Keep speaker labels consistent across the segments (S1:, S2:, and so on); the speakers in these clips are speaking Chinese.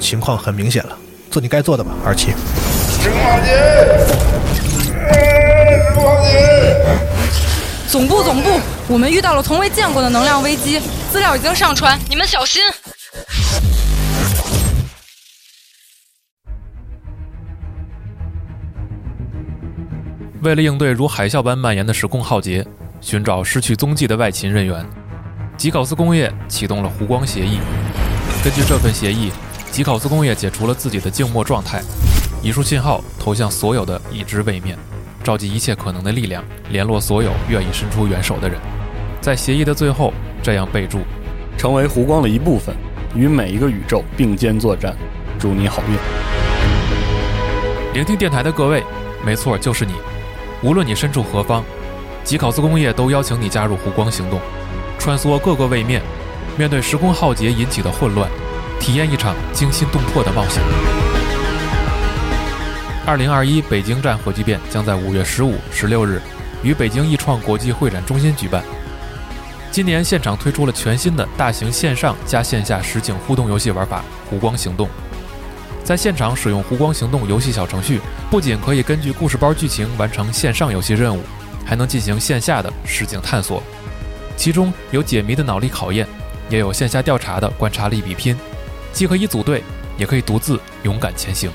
S1: 情况很明显了，做你该做的吧，二七。
S2: 郑浩杰，郑浩杰，
S3: 总部，总部，我们遇到了从未见过的能量危机，资料已经上传，你们小心。
S4: 为了应对如海啸般蔓延的时空浩劫，寻找失去踪迹的外勤人员，吉考斯工业启动了湖光协议。根据这份协议，吉考斯工业解除了自己的静默状态，一束信号投向所有的已知位面，召集一切可能的力量，联络所有愿意伸出援手的人。在协议的最后，这样备注：
S5: 成为湖光的一部分，与每一个宇宙并肩作战。祝你好运！
S4: 聆听电台的各位，没错，就是你。无论你身处何方，吉考斯工业都邀请你加入湖光行动，穿梭各个位面，面对时空浩劫引起的混乱，体验一场惊心动魄的冒险。二零二一北京站火炬变将在五月十五、十六日于北京易创国际会展中心举办。今年现场推出了全新的大型线上加线下实景互动游戏玩法“湖光行动”。在现场使用“湖光行动”游戏小程序，不仅可以根据故事包剧情完成线上游戏任务，还能进行线下的实景探索。其中有解谜的脑力考验，也有线下调查的观察力比拼，既可以组队，也可以独自勇敢前行。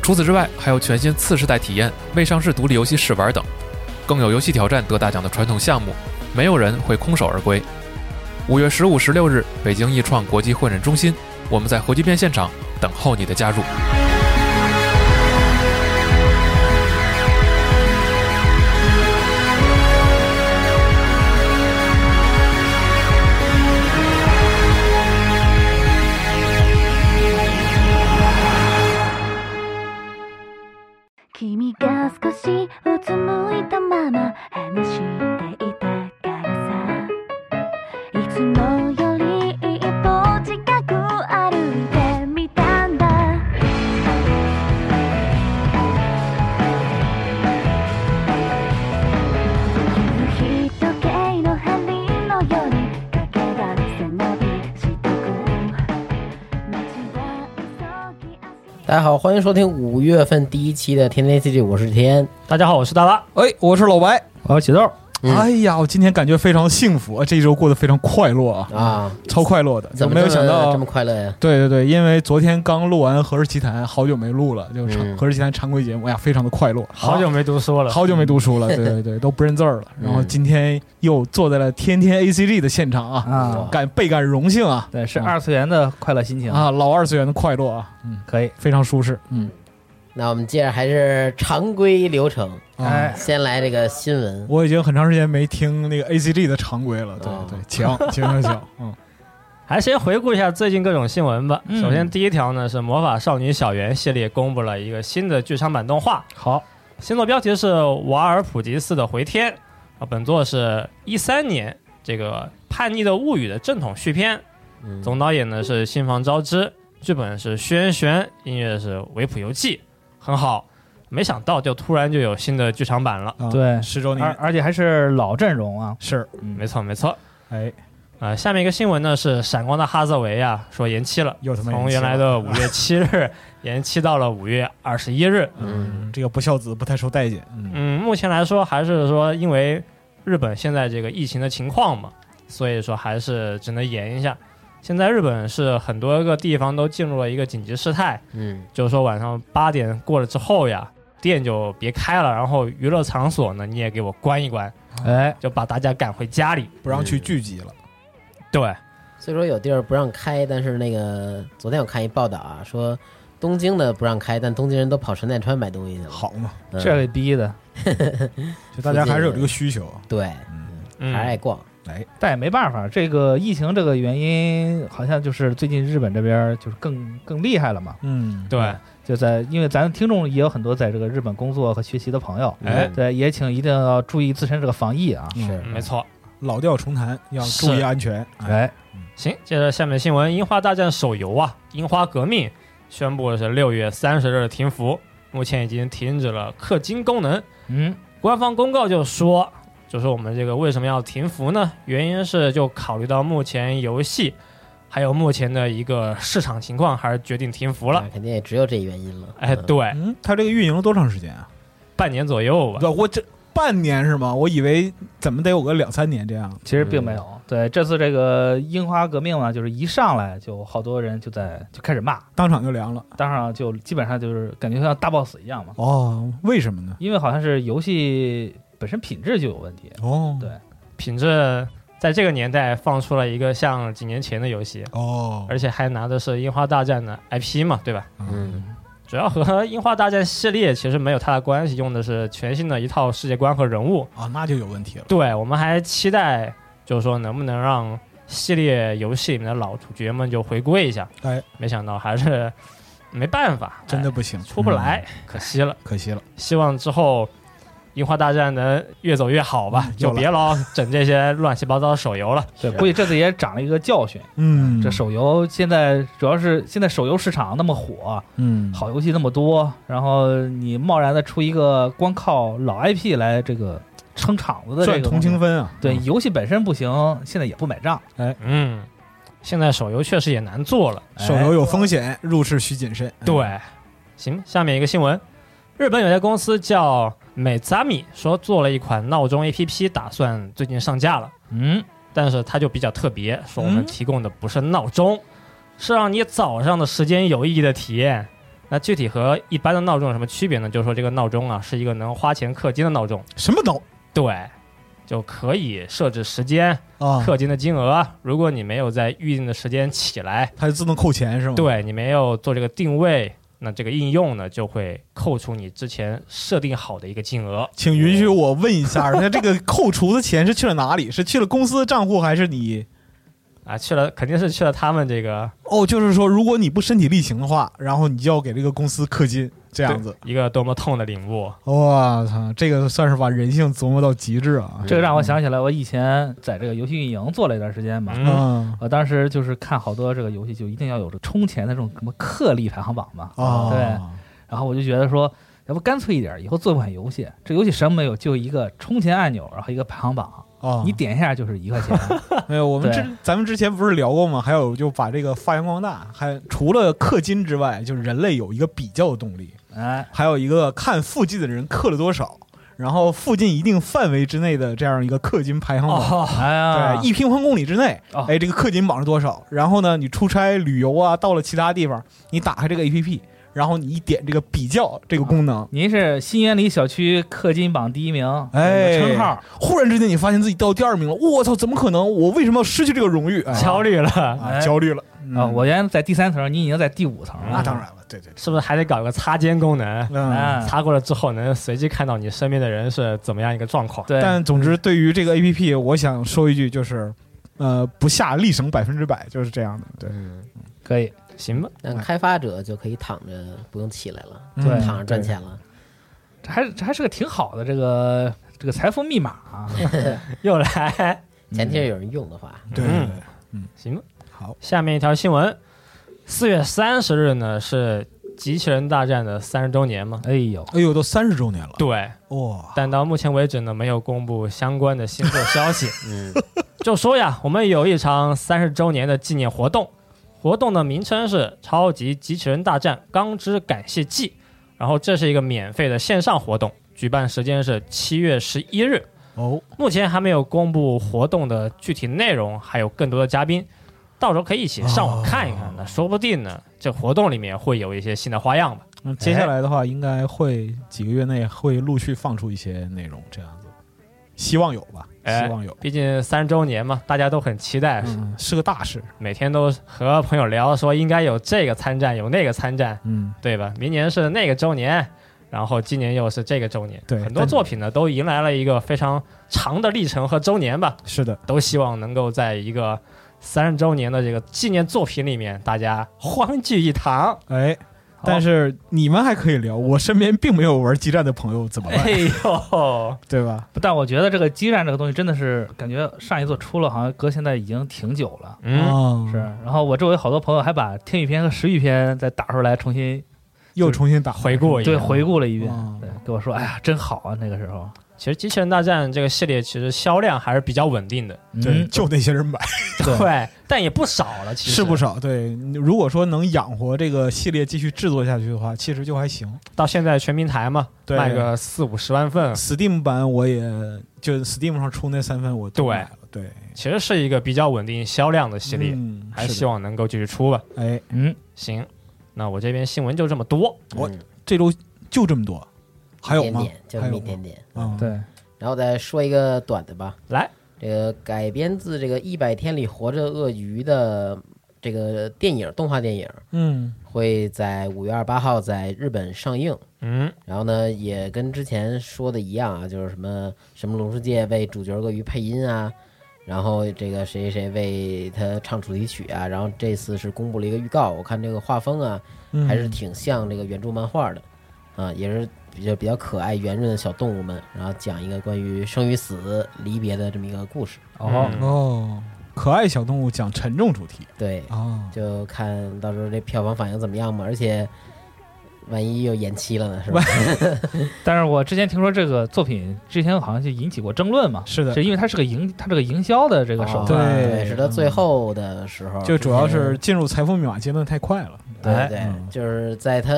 S4: 除此之外，还有全新次世代体验、未上市独立游戏试玩等，更有游戏挑战得大奖的传统项目，没有人会空手而归。五月十五、十六日，北京易创国际会展中心，我们在核聚变现场等候你的加入。
S6: 君が少しうつむいたまま話していたからさいつもより一歩近く歩いてみたんだ夕日時計の針のように駆け出せ伸びしてく街は急ぎ足
S7: 大家好，欢迎收听五月份第一期的《天天 CG》，我是天。
S8: 大家好，我是大拉，
S9: 哎，我是老白。
S8: 我是起豆。
S7: 嗯
S9: 哎呀，我今天感觉非常幸福啊，这一周过得非常快乐啊，
S7: 啊，
S9: 超快乐的。
S7: 怎么
S9: 没有
S7: 这么
S9: 想到
S7: 这么？快乐呀？
S9: 对对对，因为昨天刚录完《何氏奇谈》，好久没录了，就是常
S7: 嗯
S9: 《何氏奇谈》常规节目，哎呀，非常的快乐。
S8: 好久没读书了，
S9: 好久没读书了，对对对，都不认字儿了。然后今天又坐在了天天 ACG 的现场啊，
S8: 啊。
S9: 感倍感荣幸啊
S8: 对，是二次元的快乐心情，
S9: 啊，老二次元的快乐啊，嗯，
S8: 可以。
S9: 非常舒适。嗯
S7: 那我们接着还是常规流程，
S9: 啊
S8: 哎，
S7: 先来这个新闻。
S9: 我已经很长时间没听那个 ACG 的常规了，对
S7: 哦
S9: 对，强强强强，嗯，
S8: 还是先回顾一下最近各种新闻吧。
S9: 嗯
S8: 首先第一条呢是《魔法少女小圆》系列公布了一个新的剧场版动画，
S9: 好，
S8: 新作标题是《瓦尔普吉斯的回天》啊，本作是一三年这个《叛逆的物语》的正统续篇，
S7: 嗯
S8: 总导演呢是新房昭之，剧本是轩轩，音乐是维普游记，很好。没想到就突然就有新的剧场版了，
S9: 啊
S10: 对
S9: 十周
S10: 而
S9: 年
S10: 而且还是老阵容啊，
S9: 是，
S8: 没错没错。
S9: 哎，
S8: 呃，下面一个新闻呢是《闪光的哈瑟维》啊，说延期了，
S9: 又他妈
S8: 从
S9: 延期
S8: 原来
S9: 了
S8: 的五月七日 延期到了五月二十一日。
S7: 嗯，
S9: 这个不孝子不太受待见，嗯，
S8: 嗯，目前来说还是说因为日本现在这个疫情的情况嘛，所以说还是只能延一下。现在日本是很多个地方都进入了一个紧急事态，
S7: 嗯
S8: 就是说晚上八点过了之后呀，店就别开了，然后娱乐场所呢你也给我关一关，
S10: 哎，
S8: 就把大家赶回家里。
S9: 不让去聚集了，
S8: 对，
S7: 虽说有地儿不让开，但是那个昨天我看一报道啊，说东京的不让开，但东京人都跑神奈川买东西去了。
S9: 好嘛，
S7: 嗯
S10: 这给逼的，
S9: 就大家还是有这个需求，
S7: 对，还
S8: 嗯
S7: 是，爱逛。
S10: 哎但也没办法，这个疫情这个原因，好像就是最近日本这边就是更更厉害了嘛，
S9: 嗯，
S8: 对，
S10: 就在因为咱听众也有很多在这个日本工作和学习的朋友，
S8: 哎
S7: 嗯，
S8: 嗯
S10: 对，也请一定要注意自身这个防疫啊，
S7: 是
S8: 没错。
S9: 老调重弹，要
S8: 是
S9: 注意安全，哎，
S10: 哎，
S8: 行，接着下面新闻，《樱花大战》手游啊，《樱花革命》宣布是六月三十日停服，目前已经停止了氪金功能。
S10: 嗯，
S8: 官方公告就说，就是我们这个为什么要停服呢？原因是就考虑到目前游戏还有目前的一个市场情况，还是决定停服了
S7: 那。啊肯定也只有这原因了。
S8: 哎，
S7: 嗯，
S8: 对，
S9: 嗯，他这个运营了多长时间啊？
S8: 半年左右吧。
S9: 对，我这半年是吗？我以为怎么得有个两三年这样。
S10: 其实并没有。对，这次这个樱花革命嘛，就是一上来就好多人就在就开始骂，
S9: 当场就凉了。
S10: 当然就基本上就是感觉像大 boss 一样嘛，
S9: 哦，为什么呢？
S10: 因为好像是游戏本身品质就有问题。
S9: 哦，
S10: 对
S8: 品质在这个年代放出了一个像几年前的游
S10: 嗯
S8: 戏，
S9: 哦，啊
S8: 而且还拿的是《樱花大战》的 IP 嘛，对吧？
S7: 嗯，
S8: 主要和《樱花大战》系列其实没有太大关系，用的是全新的一套世界观和人物。
S9: 啊，那就有问题了。
S8: 对，我们还期待，就是说能不能让系列游戏里面的老主角们就回归一下。
S9: 哎，
S8: 没想到还是没办法，
S9: 真的
S8: 哎
S9: 不行，
S8: 出不来，可惜了。
S9: 嗯，可惜了。
S8: 希望之后《樱花大战》能越走越好吧，
S9: 嗯
S8: 就
S9: 有了
S8: 别老整这些乱七八糟的手游了。
S10: 对，估计这次也长了一个教训。
S9: 嗯，
S10: 这手游现在主要是现在手游市场那么火，
S9: 嗯
S10: 好游戏那么多，然后你贸然的出一个光靠老 IP 来这个撑场子的这
S9: 赚
S10: 个
S9: 同情
S10: 分，
S9: 分啊。
S10: 对游戏本身不行，现在也不买账。
S8: 嗯，现在手游确实也难做了。
S9: 手游有风险，入市需谨慎。哎
S8: 对，行，下面一个新闻，日本有家公司叫美扎米，说做了一款闹钟 APP，打算最近上架了。
S10: 嗯，
S8: 但是它就比较特别，说我
S9: 嗯
S8: 们提供的不是闹钟，是让你早上的时间有意义的体验。那具体和一般的闹钟有什么区别呢？就是说这个闹钟啊，是一个能花钱氪金的闹钟，
S9: 什么都
S8: 对，就可以设置时间、
S9: 啊，
S8: 氪金的金额。如果你没有在预定的时间起来，
S9: 它就自动扣钱是吗？，
S8: 对你没有做这个定位，那这个应用呢就会扣除你之前设定好的一个金额。
S9: 请允许我问一下，那这个扣除的钱是去了哪里？是去了公司的账户，还是你？
S8: 啊，去了肯定是去了他们这个
S9: 哦，就是说，如果你不身体力行的话，然后你就要给这个公司氪金，这样子。
S8: 一个多么痛的领悟。
S9: 我操，这个算是把人性琢磨到极致啊！
S10: 这个让我想起来，我以前在这个游戏运营做了一段时间嘛。
S8: 嗯，
S9: 嗯
S10: 我当时就是看好多这个游戏，就一定要有这充钱的这种什么氪力排行榜嘛。
S9: 啊，
S10: 对，然后我就觉得说，要不干脆一点，以后做款游戏，这游戏什么没有，就一个充钱按钮，然后一个排行榜，
S9: 啊，
S10: 你点一下就是一块 钱。
S9: 没有，我们
S10: 对
S9: 之咱们之前不是聊过吗？还有就把这个发扬光大，还除了氪金之外，就是人类有一个比较动力，
S10: 哎，
S9: 还有一个看附近的人氪了多少，然后附近一定范围之内的这样一个氪金排行榜。
S8: 哦，
S10: 哎呀，
S9: 对，一平方公里之内，
S10: 哦
S9: 哎，这个氪金榜是多少？然后呢，你出差、旅游啊，到了其他地方，你打开这个 APP，然后你一点这个比较这个功能，
S10: 您是新源里小区氪金榜第一名，
S9: 哎
S10: 有个称号，
S9: 忽然之间你发现自己到第二名了，我操，怎么可能？我为什么要失去这个荣誉？哎
S8: 嗯焦虑了，哎哦
S9: 啊，焦虑了嗯
S10: 啊！我原来在第三层，你已经在第五层
S9: 那
S10: 了。
S9: 当然了，对对对，
S8: 是不是还得搞个擦肩功能？
S9: 嗯。
S10: 哎
S8: 擦过了之后，能随机看到你身边的人是怎么样一个状况。
S10: 对，
S9: 但总之，对于这个 A P P，我想说一句，就是，呃，不下力省百分之百，就是这样的。对，
S10: 可以，
S8: 行吧，
S7: 但开发者就可以躺着不用起来了，
S9: 嗯
S10: 对
S7: 躺着赚钱了。
S10: 这还这还是个挺好的这个这个财富密码 啊。
S8: 又来，
S7: 前提是有人用的话，
S9: 对，
S8: 嗯
S9: 对
S8: 行吧。
S9: 好，
S8: 下面一条新闻，四月三十日呢是《机器人大战》的三十周年嘛？
S10: 哎呦，
S9: 哎呦，都三十周年了，
S8: 对，
S9: 哇，
S8: 但到目前为止呢，没有公布相关的新作消息。
S7: 嗯，
S8: 就说呀，我们有一场三十周年的纪念活动，活动的名称是《超级机器人大战钢之感谢祭》，然后这是一个免费的线上活动，举办时间是七月十一日。
S9: 哦，
S8: 目前还没有公布活动的具体内容，还有更多的嘉宾，到时候可以一起上网看一看。那、说不定呢，这活动里面会有一些新的花样吧。
S9: 那接下来的话，应该会几个月内会陆续放出一些内容，这样子，希望有吧，
S8: 哎
S9: 希望有，
S8: 毕竟三十周年嘛，大家都很期待，
S9: 嗯，是个大事，
S8: 每天都和朋友聊，说应该有这个参战，有那个参战，
S9: 嗯，
S8: 对吧？明年是那个周年，然后今年又是这个周年，
S9: 对
S8: 很多作品呢都迎来了一个非常长的历程和周年吧，
S9: 是的，
S8: 都希望能够在一个三十周年的这个纪念作品里面，大家欢聚一 堂。
S9: 哎，但是你们还可以聊，我身边并没有玩激战的朋友，怎么办
S8: 哎？呦，
S9: 对吧？
S10: 但我觉得这个基站这个东西真的是感觉上一座出了，好像隔现在已经挺久了。
S8: 嗯，
S9: 哦
S10: 是，，啊然后我周围好多朋友还把天域篇和时域篇再打出来，重新
S9: 又重新打
S8: 回顾一下
S10: 对回顾了一遍
S9: 哦，
S10: 对，跟我说，哎呀，真好啊，那个时候，
S8: 其实《机器人大战》这个系列其实销量还是比较稳定的，
S9: 对，
S10: 嗯，
S9: 就那些人买
S10: 对
S8: 对，但也不少了，其实
S9: 是不少。对，如果说能养活这个系列继续制作下去的话，其实就还行。
S8: 到现在全平台嘛，
S9: 对
S8: 卖个四五十万份，
S9: Steam 版我也就 Steam 上出那三份我都
S8: 对
S9: 买了，对，
S8: 其实是一个比较稳定销量的系列，
S9: 嗯
S8: 还
S9: 是的
S8: 希望能够继续出吧。
S9: 哎，
S10: 嗯，
S8: 行，那我这边新闻就这么多。
S9: 我
S7: 嗯
S9: 这周就这么多，还有
S7: 一
S9: 吗
S7: 点？点，就
S9: 还
S7: 这么一
S9: 有吗
S7: 点点。
S9: 嗯，
S10: 对，
S7: 然后再说一个短的吧，
S8: 来，
S7: 这个改编自这个《一百天里活着鳄鱼》的这个电影动画电影，
S9: 嗯，
S7: 会在五月二十八号在日本上映。
S8: 嗯，
S7: 然后呢，也跟之前说的一样啊，就是什么什么龙世界为主角鳄鱼配音啊，然后这个谁谁谁为他唱主题曲啊，然后这次是公布了一个预告，我看这个画风啊，
S9: 嗯
S7: 还是挺像这个原著漫画的，啊，也是比较比较可爱圆润的小动物们，然后讲一个关于生与死、离别的这么一个故事。
S10: 哦，
S8: 嗯
S9: 哦，可爱小动物讲沉重主题
S7: 对，
S9: 啊，
S7: 就看到时候这票房反应怎么样嘛，而且万一又延期了呢，是吧？
S10: 但是我之前听说这个作品之前好像就引起过争论嘛，
S9: 是的
S10: 是因为它是个营，它这个营销的这个手
S7: 哦
S10: 段，
S9: 对嗯
S7: 是到最后的时候，
S9: 就主要是
S7: 之
S9: 进入财富密码阶段太快了，
S7: 前
S10: 哎
S7: 对
S9: 嗯
S7: 对，就是在他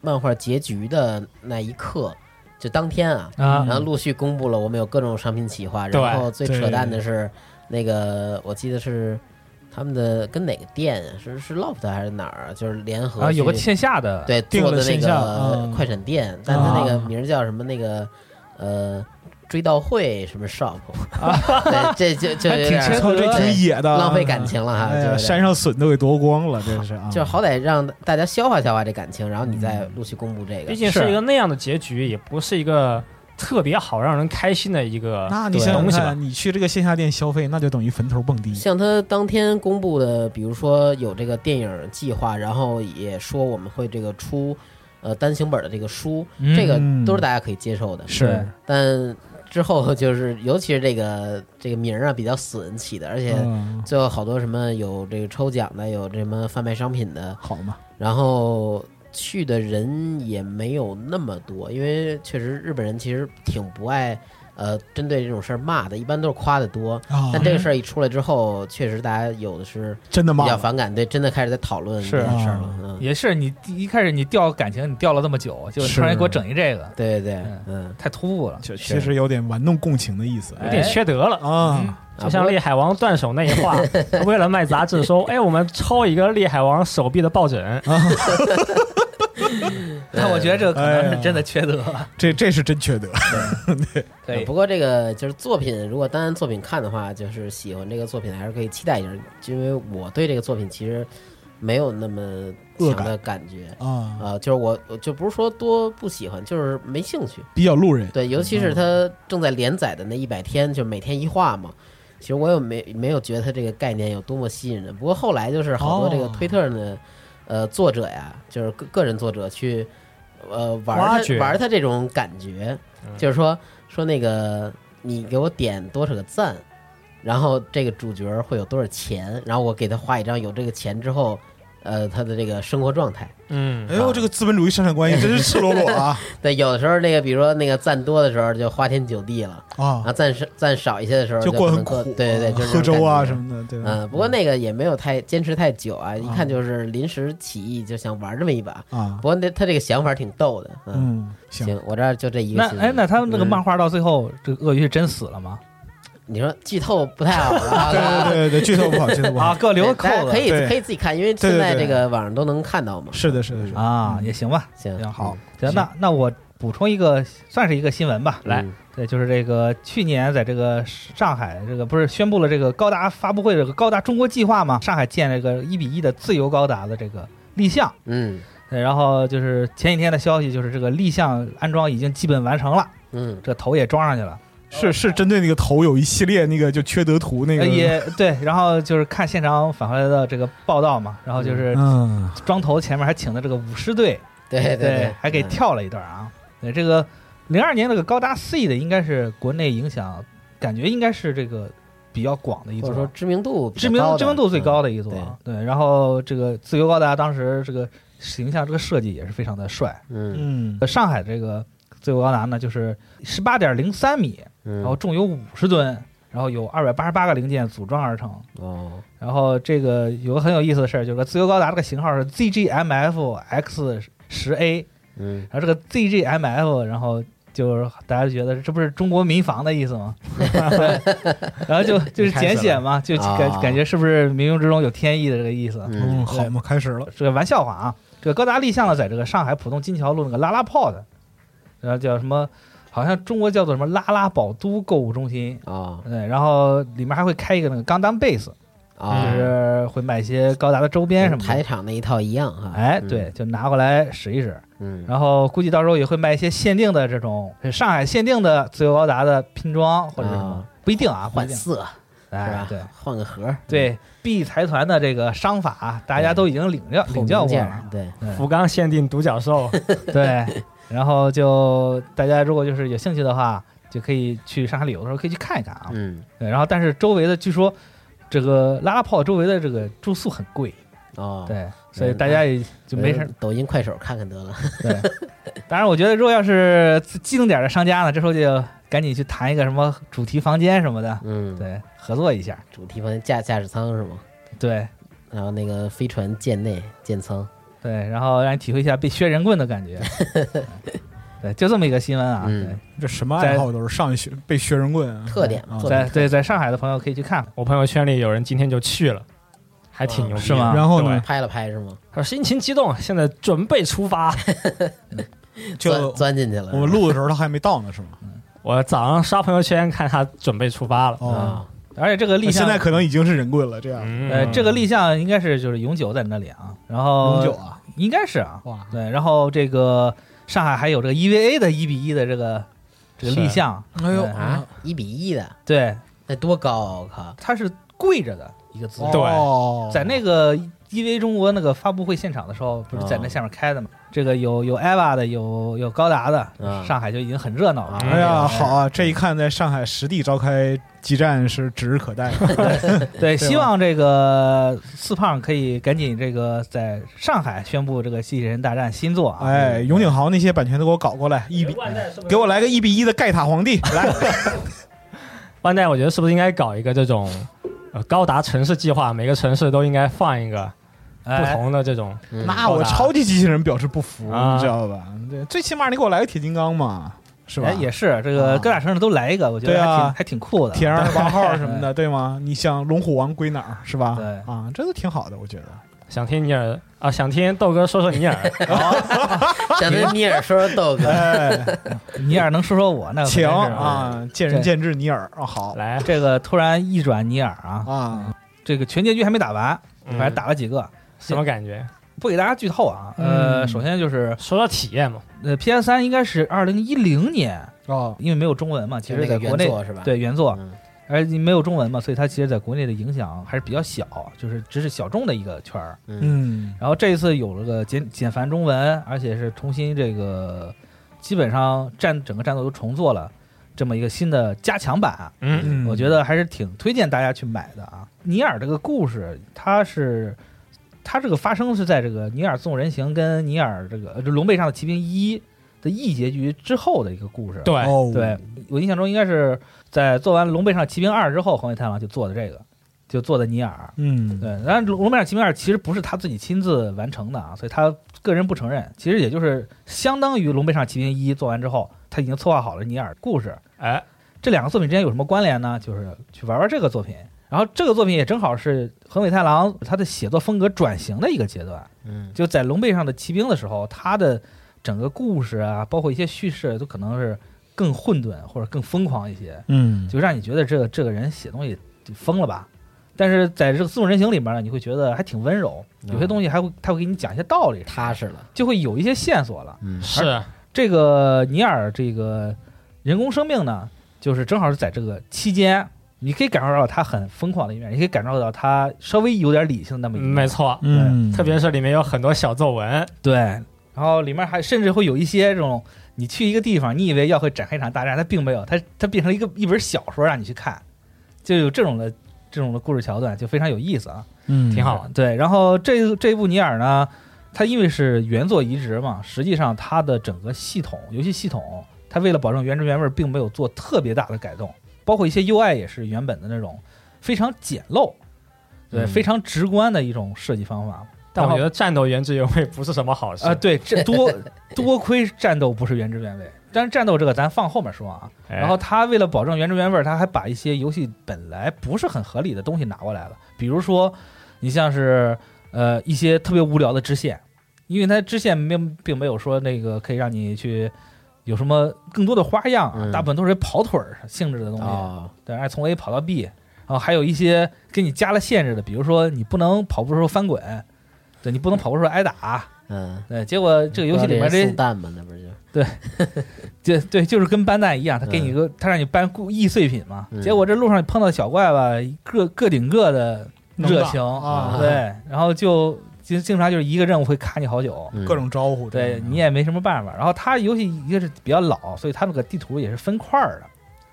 S7: 漫画结局的那一刻，就当天啊，
S10: 啊
S7: 然后陆续公布了我们有各种商品企划，然后最扯淡的是那个我记得是。他们的跟哪个店啊是是 Loft 还是哪儿啊？就是联合
S10: 啊，有个
S7: 去
S10: 线下的，
S7: 对
S9: 定
S7: 做
S9: 了
S7: 的那
S9: 线下
S7: 个呃
S9: 嗯
S7: 快闪店，但它那个
S10: 啊
S7: 名儿叫什么那个呃追悼会什么 shop，对， 这就就
S10: 啊还
S7: 有
S10: 挺
S7: 点
S10: 亲
S7: 儿
S9: 操，这挺野的，
S7: 浪费感情了哈，
S9: 哎呀，
S7: 就是
S9: 山上笋都给夺光了，真是啊，
S7: 就是好歹让大家消化消化这感情，然后你
S10: 嗯
S7: 再陆续公布这
S8: 毕
S7: 个。
S8: 竟
S10: 是
S8: 是一个那样的结局，也不是一个特别好让人开心的一个
S9: 那你想想
S8: 东西吧。
S9: 看，你去这个线下店消费，那就等于坟头蹦迪。
S7: 像他当天公布的，比如说有这个电影计划，然后也说我们会这个出呃单行本的这个书，
S10: 嗯
S7: 这个都是大家可以接受的。
S10: 对
S9: 是，
S7: 但之后就是，尤其是这个这个名儿啊比较损起的，而且
S9: 嗯，
S7: 最后好多什么有这个抽奖的，有这什么贩卖商品的，
S9: 好嘛，
S7: 然后去的人也没有那么多，因为确实日本人其实挺不爱呃针对这种事儿骂的，一般都是夸的多。
S9: 啊
S7: 但这个事儿一出来之后，确实大家有的是
S9: 真的
S7: 比
S9: 骂
S7: 较
S9: 了，
S7: 反感，对，真的开始在讨论
S10: 是
S7: 这件事儿了
S9: 啊。
S7: 嗯，
S10: 也是你一开始你掉感情，你掉了这么久，就突然
S9: 是
S10: 给我整一这个，
S7: 对对对
S10: 嗯，
S7: 嗯。
S10: 太突兀了，
S9: 就其实有点玩弄共情的意思
S10: 哎
S8: 有点缺德了，
S10: 嗯
S9: 啊。
S7: 啊
S8: 就像
S7: 不过
S8: 厉海王断手那一话，为了卖杂志说，哎，我们抽一个厉海王手臂的抱枕，
S10: 但我觉得这个可
S9: 哎
S10: 能是真的缺德，
S9: 这这是真缺德，
S10: 可
S7: 啊
S10: 以
S7: 不，过这个就是作品，如果单作品看的话，就是喜欢这个作品还是可以期待一下，因为我对这个作品其实没有那么
S9: 恶
S7: 强的感觉
S9: 啊，
S7: 啊、就是我我就不是说多不喜欢，就是没兴趣。
S9: 比较路人。
S7: 对，尤其是
S8: 嗯
S7: 它正在连载的那一百天，就每天一话嘛。其实我也没没有觉得它这个概念有多么吸引人。不过后来就是好多这个
S9: 哦
S7: 推特呢，呃，作者呀，就是个个人作者去呃玩
S8: 挖
S7: 儿它
S8: 掘嗯
S7: 玩儿它这种感觉，就是说说那个你给我点多少个赞，然后这个主角会有多少钱，然后我给他画一张有这个钱之后，呃，他的这个生活状态。
S8: 嗯，
S7: 啊
S9: 哎呦，这个资本主义生产关系真是赤裸裸 啊
S7: 对，有的时候那个比如说那个赞多的时候就花天酒地了。
S9: 啊
S7: 啊，，暂时暂少一些的时候
S9: 就过
S7: 可能
S9: 得很苦
S7: 过
S9: 啊，
S7: 对对对，就是
S9: 喝
S7: 这种
S9: 粥啊
S7: 感觉
S9: 什。么的，对吧？
S7: 嗯，不过那个也没有太坚持太久啊，一
S9: 啊
S7: 看就是临时起意就想玩这么一把。
S9: 啊
S7: 不，过那他这个想法挺逗的，嗯，
S9: 嗯，行，
S7: 行，我这儿就这一个
S10: 那
S7: 新闻。
S10: 哎，那他们那个
S7: 嗯
S10: 漫画到最后，这个鳄鱼是真死了吗？
S7: 你说剧透不太好了 啊，
S9: 对对对对，剧透不好，剧透不
S10: 啊，
S9: 好，
S10: 给我留个扣
S7: 大家哎可
S10: 子
S7: 以
S9: 对
S7: 可以自己看，因为现
S9: 对对
S7: 在
S9: 对
S7: 这个网上都能看到嘛。嗯
S9: 是的，是的，是的，
S10: 啊，也行吧。
S7: 行
S10: 行，
S9: 好，
S10: 行，那那我补充一个，算是一个新闻吧。
S8: 来
S7: 嗯，
S10: 对，就是这个去年在这个上海，这个不是宣布了这个高达发布会这个高达中国计划吗？上海建了个一比一的自由高达的这个立项。
S7: 嗯
S10: 对然后就是前几天的消息，就是这个立项安装已经基本完成了，
S7: 嗯，
S10: 这头也装上去了。
S9: 是是针对那个头有一系列那个就缺德图那
S10: 呃
S9: 个，
S10: 也对，然后就是看现场返回来的这个报道嘛，然后就是
S9: 嗯，
S10: 装头前面还请的这个舞狮队，
S7: 对对
S10: 还给
S7: 嗯
S10: 跳了一段啊。对，这个零二年这个高达 C 的，应该是国内影响，感觉应该是这个比较广的一
S7: 或
S10: 座
S7: 者，说知名度比较
S10: 知名
S7: 高的
S10: 知名度最高的一座。啊
S7: 嗯
S10: 对然后这个自由高达当时这个形象这个设计也是非常的帅。
S7: 嗯
S9: 嗯
S10: 呃上海这个最高达呢就是十八点零三米，然后
S7: 嗯，
S10: 重有五十吨，然后有二百八十八个零件组装而成。
S7: 哦，
S10: 然后这个有个很有意思的事儿，就是个自由高达这个型号是 ZGMF X 十 A，
S7: 嗯，
S10: 然后这个 ZGMF，然后就是大家就觉得这不是中国民防的意思吗？ 然后 就就是简写嘛，就感
S7: 啊
S10: 感觉是不是冥冥之中有天意的这个意思？
S7: 嗯，
S1: 嗯，好嘛，开始了。
S10: 这个玩笑话啊，这个高达立项呢，在这个上海浦东金桥路那个拉拉炮的，然后叫什么？好像中国叫做什么拉拉宝都购物中心，
S7: 啊
S10: 对，然后里面还会开一个那个钢弹 base，就
S7: 啊，
S10: 是会卖一些高达的周边什
S7: 跟
S10: 么
S7: 嗯台
S10: 的。
S7: 场那一套一样哈，
S10: 哎，
S7: 嗯
S10: 对，，就拿过来使一使，
S7: 嗯，
S10: 然后估计到时候也会卖一些限定的这种上海限定的自由高达的拼装或者是什么
S7: 啊，
S10: 不一定啊，不一
S7: 换
S10: 定。
S7: 色是
S10: 哎
S7: 吧，？嗯
S10: 对
S7: 换个盒，
S10: 对，B 财团的这个商法，大
S7: 嗯
S10: 家都已经领教
S7: 透
S10: 领
S7: 明
S10: 教过
S7: 件
S10: 了啊
S7: 儿，，对，
S8: 福冈限定独角兽，
S10: 对，然后就大家如果就是有兴趣的话，就可以去上海旅游的时候可以去看一看啊。
S7: 嗯，
S10: 对，然后但是周围的据说这个拉拉炮周围的这个住宿很贵，
S7: 哦，
S10: 对，所以大家也就没事儿
S7: 呃。抖音、快手看看得了，
S10: 对，当然我觉得如果要是机动点的商家呢，这时候就赶紧去谈一个什么主题房间什么的，
S7: 嗯，，
S10: 对，合作一下。
S7: 主题房驾驾驶舱是吗？
S10: 对
S7: 然后那个飞船舰内舰舱，
S10: 对，然后让你体会一下被削人棍的 感觉。对，就这么一个新闻啊。
S7: 嗯
S10: 对
S9: 这什么爱好都是上一学被学人棍啊
S7: 特点嘛
S9: 啊
S7: 特点
S10: 在对在上海的朋友可以去看看。
S8: 我朋友圈里有人今天就去了，还挺
S7: 啊
S8: 牛逼的。
S10: 是吗
S9: 然后呢
S8: 对，
S7: 拍了拍是吗？
S8: 他说心情激动，现在准备出发。
S9: 就
S7: 钻钻进去了，
S9: 我们录的时候他还没到呢，是吗？
S8: 我早上刷朋友圈看他准备出发了。
S9: 哦，
S7: 啊，
S10: 而且这个
S9: 那
S10: 立项
S9: 现在可能已经是人棍了，这样
S8: 嗯，
S10: 呃，这个立项应该是就是永久在那里啊，然后
S9: 永
S7: 呃
S9: 久啊，
S10: 应该是啊，
S9: 哇，
S10: 对，然后这个上海还有这个 EVA 的一比一的这个这个立项，
S9: 哎呦
S10: 对
S7: 啊，一比一的，
S10: 对，
S7: 那多高啊！我靠，
S10: 它是跪着的一个姿势，
S8: 对
S9: 哦
S10: 在那个 EVA 中国那个发布会现场的时候，不是在那下面开的嘛，这个有有 EVA 的，有有高达的，
S7: 啊
S10: 上海就已经很热闹了，
S7: 啊
S9: 哎呀，好啊！这一看，在上海实地召开激战是指 日可待。
S10: 对，
S9: 吧
S10: 希望这个四胖可以赶紧这个在上海宣布这个《机器人大战》新作啊，
S9: 哎，永井豪那些版权都给我搞过来，一比给我来个一比一的盖塔 皇帝来。
S8: 万代，我觉得是不是应该搞一个这种呃高达城市计划，每个城市都应该放一个不
S10: 哎
S8: 同的这种。
S7: 嗯
S9: 那我超级机器人表示不服，
S8: 啊
S9: 你知道吧？对，最起码你给我来个铁金刚嘛，是吧
S10: 哎，？也是这个
S9: 啊
S10: 各大城市都来一个，我觉得
S9: 对
S10: 还
S9: 啊
S10: 挺、还挺酷的。
S9: 铁人二十八号什 么的，对吗？你想龙虎王归哪儿是吧？
S10: 对
S9: 啊，这都挺好的，我觉得。
S8: 想听尼尔啊，想听豆哥说说尼尔，
S7: 想跟尼尔说说豆哥，
S9: 哎，
S10: 尼尔能说说我那个
S9: 请
S10: 可真是
S9: 啊，见仁见智，尼尔啊，好
S8: 来，
S10: 这个突然一转尼尔啊，
S9: 啊，
S10: 这个全结局还没打完，
S8: 嗯
S10: 反正打了几个，
S8: 什么感觉？
S10: 不给大家剧透啊。呃，
S9: 嗯
S10: 首先就是
S8: 说说体验嘛。
S10: 呃，PS 三应该是二零一零年，
S9: 哦，
S10: 因为没有中文嘛， 其
S7: 就
S10: 实
S7: 那
S10: 在
S7: 个
S10: 国
S7: 原
S10: 内
S7: 作是吧？
S10: 对原作，
S7: 嗯，
S10: 而你没有中文嘛，所以它其实在国内的影响还是比较小，就是只是小众的一个圈儿。
S7: 嗯
S9: 嗯，
S10: 然后这一次有了个简简繁中文，而且是重新这个基本上战整个战斗都重做了这么一个新的加强版，
S8: 嗯，
S9: 嗯
S10: 我觉得还是挺推荐大家去买的啊。尼尔这个故事，它是它这个发生是在这个《尼尔：纵人行》跟《尼尔》这个呃《就龙背上的骑兵一》的 E 结局之后的一个故事。
S8: 对，
S9: 哦，
S10: 对，我印象中应该是在做完《龙背上的骑兵二》之后，黄尾太郎就做的这个，就做的尼尔。
S9: 嗯，
S10: 对，然后《龙背上奇兵二》其实不是他自己亲自完成的啊，所以他个人不承认。其实也就是相当于《龙背上奇兵一》做完之后，他已经策划好了尼尔故事。
S8: 哎，
S10: 这两个作品之间有什么关联呢？就是去玩玩这个作品。然后这个作品也正好是横尾太郎他的写作风格转型的一个阶段，
S7: 嗯
S10: 就在《龙背上的骑兵》的时候，他的整个故事啊，包括一些叙事，都可能是更混沌或者更疯狂一些。
S9: 嗯，
S10: 就让你觉得这个这个人写东西就疯了吧。但是在这个《四种人行》里面呢，你会觉得还挺温柔，有些东西还会他会给你讲一些道理，
S7: 踏实了，
S10: 就会有一些线索了。
S7: 嗯
S8: 是
S10: 这个尼尔这个人工生命呢，就是正好是在这个期间，你可以感受到他很疯狂的一面，也可以感受到他稍微有点理性的那么一面。
S8: 没错，
S9: 嗯，
S8: 特别是里面有很多小作文，
S10: 对，然后里面还甚至会有一些这种，你去一个地方，你以为要会展开一场大战，它并没有，它它变成了一个一本小说让你去看，就有这种的这种的故事桥段，就非常有意思啊。
S9: 嗯
S8: 挺好。
S10: 对，然后这这部《尼尔》呢，它因为是原作移植嘛，实际上它的整个系统，游戏系统它为了保证原汁原味儿，并没有做特别大的改动，包括一些 UI 也是原本的那种非常简陋，对，
S4: 嗯
S10: 非常直观的一种设计方法。
S8: 但
S10: 然
S8: 我
S10: 后
S8: 觉得战斗原汁原味不是什么好事
S10: 啊、对，这多多亏战斗不是原汁原味，但是战斗这个咱放后面说啊。
S8: 哎
S10: 然后他为了保证原汁原味儿，他还把一些游戏本来不是很合理的东西拿过来了，比如说你像是呃一些特别无聊的支线，因为它支线没有并没有说那个可以让你去有什么更多的花样啊，
S7: 嗯
S10: 大部分都是跑腿儿性质的东西，
S7: 哦，
S10: 对，哎从 A 跑到 B，然后还有一些给你加了限制的，比如说你不能跑步的时候翻滚，对你不能跑步的时候挨打。
S7: 嗯，
S10: 对，结果这个游戏里面
S7: 这
S10: 这
S7: 蛋嘛，那不是就
S10: 这对就是跟搬蛋一样，他给你个他让你搬故易碎品嘛，
S7: 嗯
S10: 结果这路上碰到小怪吧，个个顶个的热情，
S9: 啊，
S10: 对，然后就就经常就是一个任务会卡你好久，
S7: 嗯
S9: 各种招呼，
S10: 对你也没什么办法。然后它游戏一个是比较老，所以它那个地图也是分块儿的，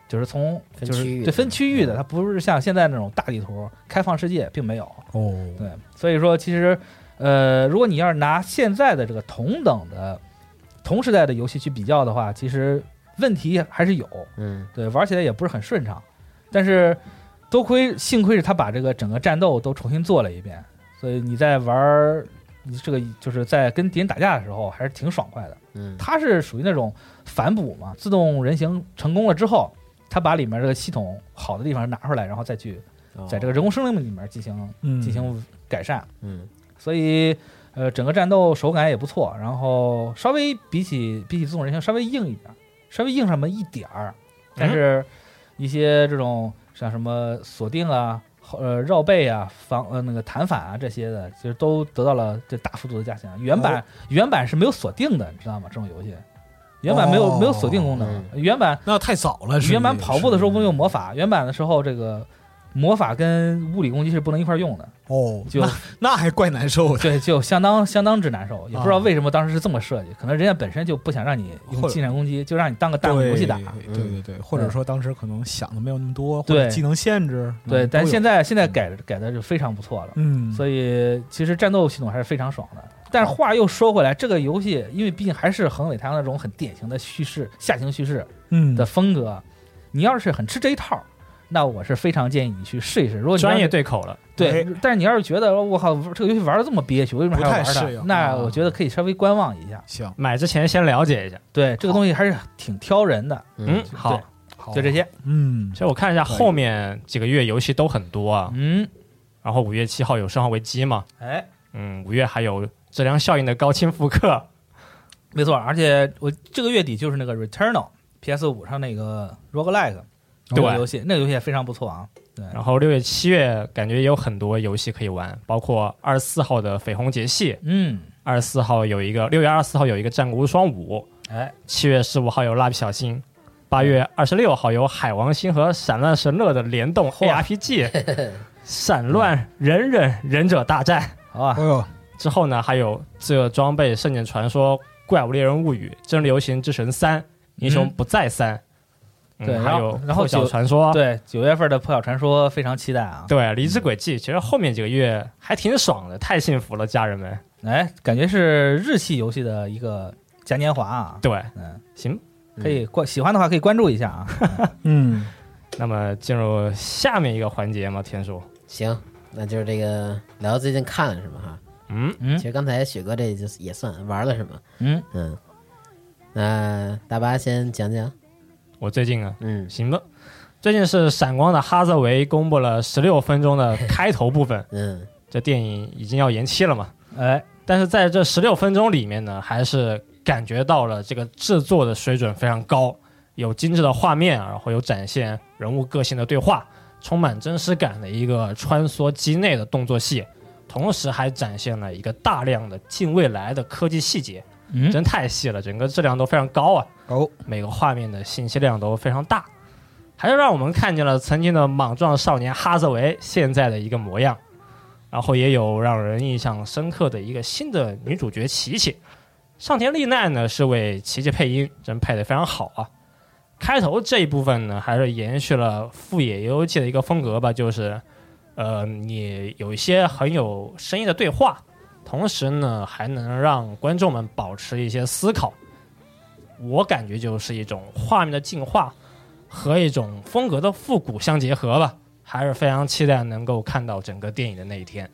S10: 就是从
S7: 分
S10: 就是
S7: 区域的嗯
S10: 对分区域的，它不是像现在那种大地图开放世界，并没有。
S9: 哦，
S10: 对，所以说其实，呃，如果你要是拿现在的这个同等的、同时代的游戏去比较的话，其实问题还是有，
S7: 嗯
S10: 对，玩起来也不是很顺畅。但是多亏幸亏是他把这个整个战斗都重新做了一遍，所以你在玩儿你这个就是在跟敌人打架的时候还是挺爽快的。
S7: 嗯
S10: 它是属于那种反哺嘛，自动人形成功了之后，它把里面这个系统好的地方拿出来，然后再去
S7: 哦
S10: 在这个人工生命里面进行
S9: 嗯，
S10: 进行改善。
S7: 嗯
S10: 所以呃，整个战斗手感也不错，然后稍微比起比起自动人形稍微硬一点儿，稍微硬上那么一点儿，但是一些这种像什么锁定啊、后呃绕背啊、防呃那个弹反啊这些的，其实都得到了这大幅度的加强。原版、原版是没有锁定的，你知道吗？这种游戏。原版没有、
S9: 哦
S10: 没有锁定功能，原版
S9: 那太早了。是
S10: 原版
S9: 那个
S10: 跑步的时候不能
S9: 是
S10: 用魔法，原版的时候这个魔法跟物理攻击是不能一块儿用的，
S9: 哦，
S10: 就
S9: 那那还怪难受的。
S10: 对，就相当相当之难受，也不知
S9: 啊
S10: 道为什么当时是这么设计，可能人家本身就不想让你用
S9: 或者
S10: 近战攻击，就让你当个弹幕
S9: 对
S10: 游戏打。嗯
S9: 对对对，或者说当时可能想的没有那么多，或
S10: 对
S9: 者技能限制，
S10: 对，
S9: 嗯
S10: 但现
S9: 在
S10: 在现在改的改的就非常不错了，
S9: 嗯，
S10: 所以其实战斗系统还是非常爽的。但是话又说回来，这个游戏因为毕竟还是横尾太阳那种很典型的叙事下行叙事
S9: 嗯
S10: 的风格，你要是很吃这一套，那我是非常建议你去试一试。如果你要是
S8: 专业对口了，
S10: 对，但是你要是觉得我靠，这个游戏玩的这么憋屈，为什么还要玩
S9: 哎不太适
S10: 它？
S9: 应啊
S10: 那我觉得可以稍微观望一下。
S9: 行，
S8: 买之前先了解一下。
S10: 对，这个东西还是挺挑人的。
S8: 嗯，
S10: 对
S8: 好。
S9: 好
S10: 就这，些。
S9: 嗯
S8: 其，实我看一下后面几个月游戏都很多啊，
S10: 嗯，
S8: 然后五月七号有《生化危机》嘛，
S10: 哎，
S8: 嗯，五月还有《质量效应》的高清复刻，
S10: 没错，而且我这个月底就是那个 Returnal PS 五上那个 Roguelike 那个
S8: 对
S10: 游戏，那个游戏也非常不错啊。对，
S8: 然后六月、七月感觉也有很多游戏可以玩，包括二十四号的《绯红节系》，
S10: 嗯，
S8: 二十四号有一个，六月二十四号有一个《战国无双五》，
S10: 哎，
S8: 七月十五号有蜡笔小新，八月二十六号有海王星和闪乱神乐的联动 ARPG，闪乱忍忍忍者大战。
S10: 好啊
S9: 哎，呦，
S8: 之后呢，还有罪恶装备、圣剑传说、怪物猎人物语、真流行之神三、英雄不在三。嗯
S10: 对
S8: 还有
S10: 然后然后
S8: 破晓
S10: 九
S8: 传说，
S10: 对，九月份的《破晓传说》非常期待啊。
S8: 对离之轨迹，其实后面几个月还挺爽的，太幸福了，家人们。
S10: 哎，感觉是日系游戏的一个嘉年华啊。
S8: 对，
S10: 嗯，
S8: 行，
S10: 可以关喜欢的话可以关注一下啊。
S9: 嗯，
S8: 那么进入下面一个环节嘛，天叔，
S7: 行，那就是这个聊最近看了什么哈。
S8: 嗯，
S10: 嗯
S7: 其实刚才雪哥这就是也算玩了什么，
S10: 嗯
S7: 嗯，那大巴先讲讲，
S8: 我最近啊
S7: 嗯，
S8: 行吧。最近是闪光的哈泽维公布了十六分钟的开头部分
S7: 嗯
S8: 这电影已经要延期了嘛？
S10: 哎，
S8: 但是在这十六分钟里面呢，还是感觉到了这个制作的水准非常高，有精致的画面，然后有展现人物个性的对话，充满真实感的一个穿梭机内的动作戏，同时还展现了一个大量的近未来的科技细节，
S10: 嗯
S8: 真太细了，整个质量都非常高啊。
S9: 哦，
S8: 每个画面的信息量都非常大，还是让我们看见了曾经的莽撞少年哈泽维现在的一个模样，然后也有让人印象深刻的一个新的女主角琪琪，上田丽奈呢是为琪琪配音，真配得非常好啊。开头这一部分呢，还是延续了富野由悠季的一个风格吧，就是，呃，你有一些很有深意的对话，同时呢，还能让观众们保持一些思考，我感觉就是一种画面的进化和一种风格的复古相结合吧，还是非常期待能够看到整个电影的那一天。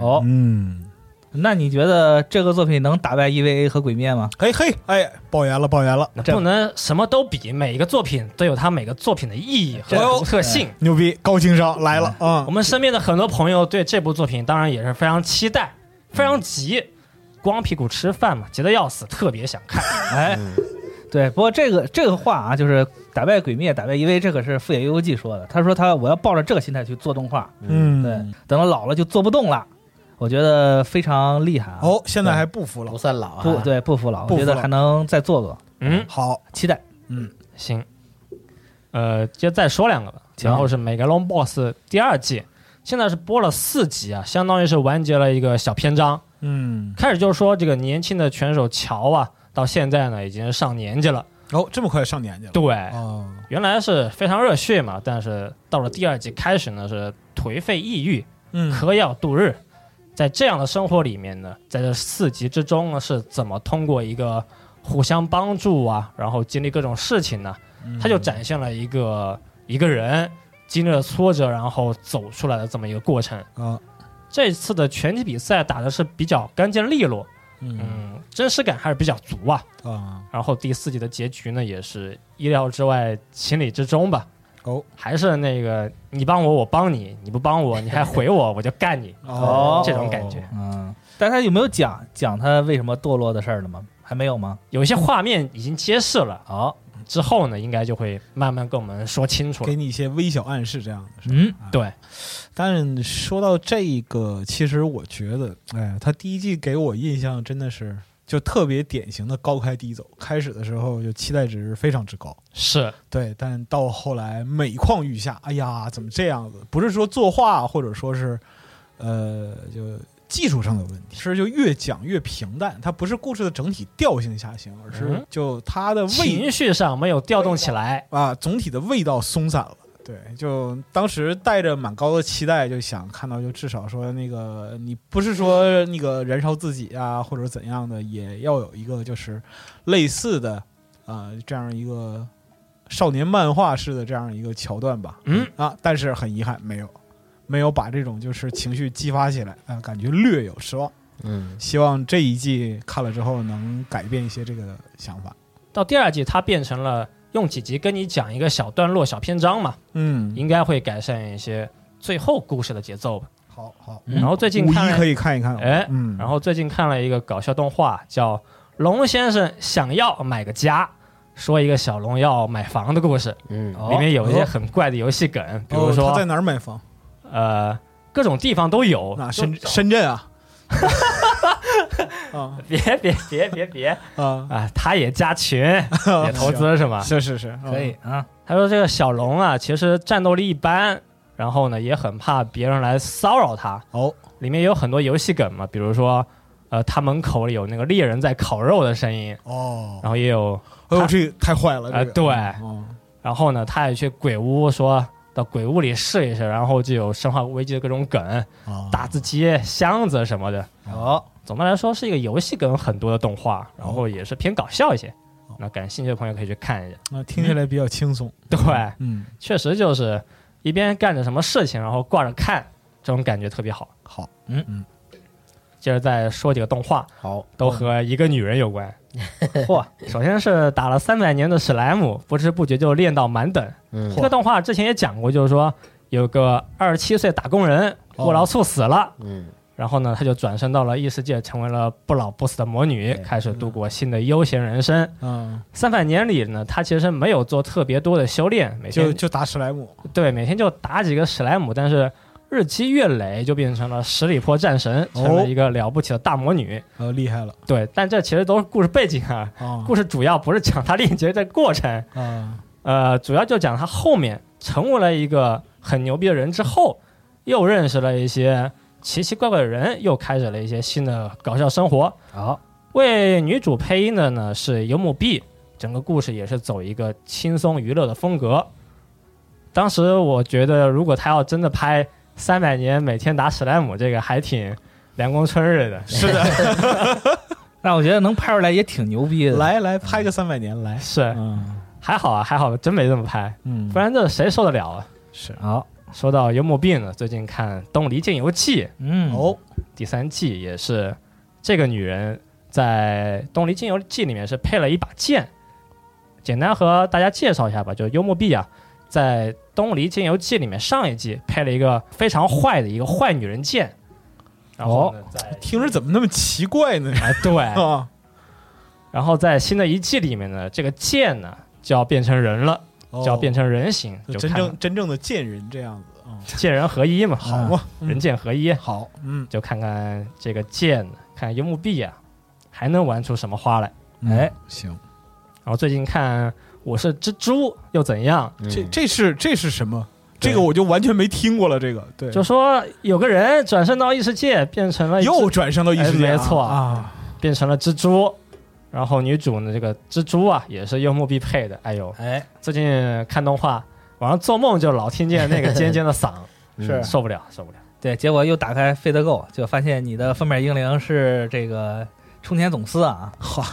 S10: 哦，
S9: 嗯，
S10: 那你觉得这个作品能打败 EVA 和鬼灭吗？
S9: 嘿嘿，哎，抱怨了，抱怨了，
S8: 那
S10: 这
S8: 不能什么都比，每一个作品都有它每个作品的意义和
S9: 哎呦
S8: 独特性。
S9: 牛逼，高情商来了啊
S8: 我！
S10: 嗯
S8: 们身边的很多朋友对这部作品当然也是非常期待，非常急，光屁股吃饭嘛，急得要死，特别想看。
S10: 哎，
S9: 嗯
S10: 对，不过这个这个话啊，就是打败鬼灭、打败 EVA，这可是富野由悠季说的。他说他我要抱着这个心态去做动画，
S9: 嗯，
S10: 对，等到老了就做不动了。我觉得非常厉害啊！
S9: 哦，现在还不服了
S7: 不，算老
S10: 不
S7: 啊，
S10: 对，不服老，
S9: 不
S10: 我
S9: 服
S10: 觉得
S9: 老
S10: 还能再做做，
S8: 嗯，
S9: 好，
S10: 期待。
S8: 行，呃，接再说两个吧。然后是《m e g a l o n Boss》第二季，现在是播了四集啊，相当于是完结了一个小篇章。
S9: 嗯，
S8: 开始就说这个年轻的拳手乔啊，到现在呢已经上年纪了。
S9: 哦，这么快上年纪了，
S8: 对，
S9: 哦，
S8: 原来是非常热血嘛，但是到了第二季开始呢，是颓废抑郁，
S9: 嗯，
S8: 嗑药度日。在这样的生活里面呢，在这四集之中呢，是怎么通过一个互相帮助啊，然后经历各种事情呢？
S9: 嗯
S8: 他就展现了一个一个人经历了挫折，然后走出来的这么一个过程。
S9: 啊，
S8: 这次的拳击比赛打的是比较干净利落，
S9: 嗯
S8: 嗯，真实感还是比较足啊。
S9: 啊，
S8: 然后第四季的结局呢，也是意料之外，情理之中吧。
S9: 哦，
S8: 还是那个你帮我，我帮你，你不帮我，你还回我，我就干你。
S10: 哦
S8: 这种感觉，
S10: 嗯，但他有没有讲讲他为什么堕落的事儿了吗？还没有吗？
S8: 有一些画面已经揭示了，哦，之后呢，应该就会慢慢跟我们说清楚了
S9: 给。你一些微小暗示，这样的是吧。
S10: 嗯，
S8: 对，
S9: 但说到这个，其实我觉得，哎，他第一季给我印象真的是就特别典型的高开低走。开始的时候就期待值非常之高，
S8: 是
S9: 对，但到后来每况愈下。哎呀，怎么这样子？不是说作画，或者说是，呃，就技术上的问题，是就越讲越平淡。它不是故事的整体调性下行，而是
S8: 嗯
S9: 就它的味
S8: 情绪上没有调动起来。
S9: 啊，总体的味道松散了。对，就当时带着蛮高的期待，就想看到，就至少说那个你不是说那个燃烧自己啊，或者怎样的，也要有一个就是类似的啊、呃这样一个少年漫画式的这样一个桥段吧。
S8: 嗯
S9: 啊，但是很遗憾，没有没有把这种就是情绪激发起来，啊、感觉略有失望。
S7: 嗯，
S9: 希望这一季看了之后能改变一些这个想法。
S8: 到第二季，它变成了用几集跟你讲一个小段落、小篇章嘛，
S9: 嗯，
S8: 应该会改善一些最后故事的节奏吧。
S9: 好好。
S8: 然后最近
S9: 五
S8: 看
S9: 一可
S8: 了，
S9: 以看一看，
S8: 哎
S9: 嗯，
S8: 然后最近看了一个搞笑动画，叫《龙先生想要买个家》，说一个小龙要买房的故事，
S7: 嗯，
S8: 里面有一些很怪的游戏梗，比如
S9: 哦他在
S8: 说
S9: 哪儿买房？
S8: 呃各种地方都有。
S9: 那
S8: 哦就
S9: 深深 圳啊，啊
S8: 别别别别别
S9: 啊，
S8: 啊！他也加群，也投资是吗？
S9: 是是是，嗯
S10: 可以啊，
S8: 他说这个小龙啊，其实战斗力一般，然后呢也很怕别人来骚扰他。
S9: 哦，
S8: 里面有很多游戏梗嘛，比如说，呃，他门口里有那个猎人在烤肉的声音，
S9: 哦，
S8: 然后也有，
S9: 哎呦，这个太坏了，
S8: 啊
S9: 这个
S8: 对
S9: 嗯
S8: 然后呢他也去鬼屋说到鬼屋里试一试，然后就有生化危机的各种梗，
S9: 啊，
S8: 打字机、箱子什么的。
S10: 哦，
S8: 总的来说是一个游戏梗很多的动画，然后也是偏搞笑一些。那感兴趣的朋友可以去看一下。
S9: 那听起来比较轻松，
S8: 对，
S9: 嗯，
S8: 确实就是一边干着什么事情，然后挂着看，这种感觉特别好。
S9: 好，
S8: 接着再说几个动画，
S7: 好，
S8: 都和一个女人有关。嚯，首先是打了三百年的史莱姆，不知不觉就练到满等。
S7: 嗯
S8: 这个动画之前也讲过，就是说有个二十七岁打工人过劳猝死了，
S7: 嗯，
S8: 然后呢，他就转身到了异世界，成为了不老不死的魔女，开始度过新的悠闲人生。
S9: 嗯，
S8: 三百年里呢，他其实没有做特别多的修炼，每
S9: 就
S8: 天
S9: 就打史莱姆，
S8: 对每天就打几个史莱姆，但是日积月累就变成了十里坡战神，成
S9: 哦
S8: 了一个了不起的大魔女。
S9: 呃，厉害了
S8: 对，但这其实都是故事背景啊，
S9: 啊
S8: 故事主要不是讲他练级的过程，
S9: 啊，
S8: 呃，主要就讲他后面成为了一个很牛逼的人之后，又认识了一些奇奇怪怪的人，又开始了一些新的搞笑生活。
S7: 好，
S8: 为女主配音的呢是游牧 B，整个故事也是走一个轻松娱乐的风格。当时我觉得，如果他要真的拍三百年每天打史莱姆这个，还挺凉宫春日的。
S9: 是的，
S10: 那我觉得能拍出来也挺牛逼的。
S9: 来来拍个三百年来，
S8: 是
S9: 嗯
S8: 还好啊，还好，真没这么拍，
S9: 嗯，哦
S8: 不然这谁受得了啊？
S9: 是
S10: 好，
S8: 说到幽默病呢，最近看《东离剑游记》
S10: 嗯，
S9: 哦，
S8: 第三季，也是这个女人在《东离剑游记》里面是配了一把剑。简单和大家介绍一下吧，就是幽默币啊，在《东离剑游记》里面上一季配了一个非常坏的一个坏女人剑，然后
S9: 哦
S8: 呢在
S9: 听着怎么那么奇怪呢？
S8: 哎对，
S9: 啊，
S8: 然后在新的一季里面呢，这个剑呢就要变成人了，就要变成人形，
S9: 哦
S8: 就
S9: 真
S8: 看
S9: 正真正的贱人这样子啊，
S8: 剑人合一嘛，
S9: 好啊
S10: 啊
S9: 嘛，
S8: 人剑合一，
S9: 嗯好，嗯，
S8: 就看看这个剑，看看幽木币啊，还能玩出什么花来。
S10: 哎，
S9: 行，
S8: 然后最近看我是蜘蛛又怎样，
S7: 嗯
S9: 这这是这是什么？这个我就完全没听过了，这个对，
S8: 就说有个人转身到异世界，变成了一只
S9: 又转生到异世界
S8: 哎
S9: 了，
S8: 没错
S9: 啊，
S8: 变成了蜘蛛。然后女主呢，这个蜘蛛啊，也是幽默必配的。哎呦，
S10: 哎，
S8: 最近看动画，晚上做梦就老听见那个尖尖的嗓， 嗯
S10: 是
S8: 受不了，受不了。
S10: 对，结果又打开费德购，就发现你的封面英灵是这个冲田总司啊，
S9: 哈，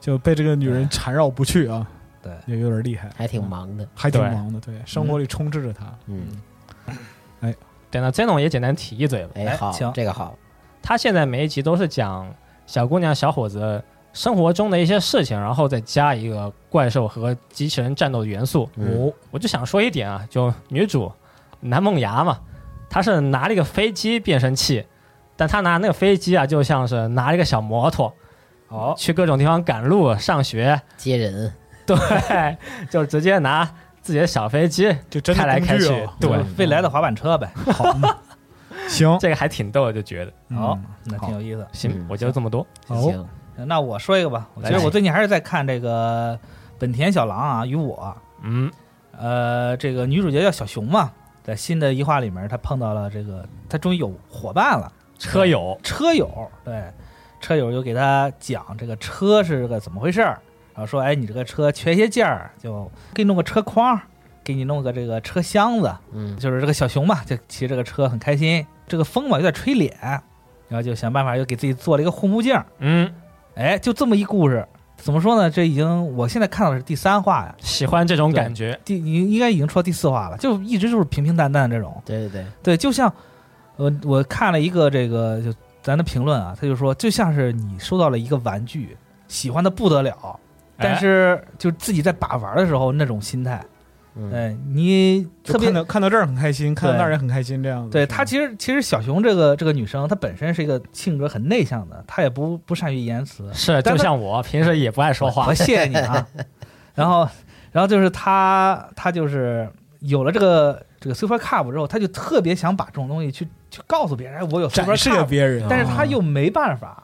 S9: 就被这个女人缠绕不去啊，
S10: 对
S9: 也有点厉害，嗯
S7: 还挺忙的。
S9: 还挺
S8: 对
S9: 忙的，对，生活里充斥着她，
S7: 嗯，
S8: 对，那 Zeno 也简单提一嘴吧。
S10: 哎
S7: 哎，好
S10: 行，
S7: 这个好，
S8: 他现在每一集都是讲小姑娘、小伙子生活中的一些事情，然后再加一个怪兽和机器人战斗的元素。
S7: 嗯
S8: 哦，我就想说一点啊，就女主南梦芽嘛，她是拿了一个飞机变声器，但她拿那个飞机啊，就像是拿了一个小摩托，哦，去各种地方赶路、上学，
S7: 接人，
S8: 对， 就直接拿自己的小飞机
S9: 就真的
S8: 开来
S9: 工
S8: 开
S9: 具
S8: 去
S9: 哦，
S8: 对，
S10: 未来的滑板车呗。
S9: 好嘛，行，
S8: 这个还挺逗的，就觉得
S10: 好
S9: 嗯，
S10: 那挺有意思。
S8: 行
S7: 嗯，
S8: 我就这么多。
S10: 哦
S9: 好
S7: 行，
S10: 那我说一个吧，其
S8: 来
S10: 实我最近还是在看这个本田小狼啊与我，
S8: 嗯，
S10: 呃，这个女主角叫小熊嘛，在新的一话里面，她碰到了这个，她终于有伙伴了，
S8: 车友，
S10: 车友，对，车友就给她讲这个车是个怎么回事儿，然后说，哎，你这个车缺一些件儿，就给你弄个车筐，给你弄个这个车箱子，
S7: 嗯
S10: 就是这个小熊嘛，就骑这个车很开心，这个风嘛有点吹脸，然后就想办法又给自己做了一个护目镜，
S8: 嗯，
S10: 哎，就这么一故事，怎么说呢？这已经我现在看到的是第三话呀，
S8: 喜欢这种
S10: 对
S8: 感觉。
S10: 第应应该已经出到第四话了，就一直就是平平淡淡这种。
S7: 对对对，
S10: 对，就像我我看了一个这个就咱的评论啊，他就说就像是你收到了一个玩具，喜欢的不得了，但
S8: 哎
S10: 是就自己在把玩的时候那种心态，
S7: 嗯，
S10: 哎，你
S9: 就
S10: 特别
S9: 看到看到这儿很开心，看到
S10: 对
S9: 那儿也很开心，这样子。
S10: 对
S9: 嗯是吧
S10: 她其实其实小熊这个这个女生，她本身是一个性格很内向的，她也不不善于言 辞，
S8: 是，
S10: 但
S8: 就是像我平时也不爱说话
S10: 我。谢谢你啊。然后，然后就是他，他就是有了这个这个 Super Cup 之后，他就特别想把这种东西去去告诉别人，哎，我有 Super
S9: 展示给
S10: Cup，
S9: 别人，啊哦
S10: 但是他又没办法。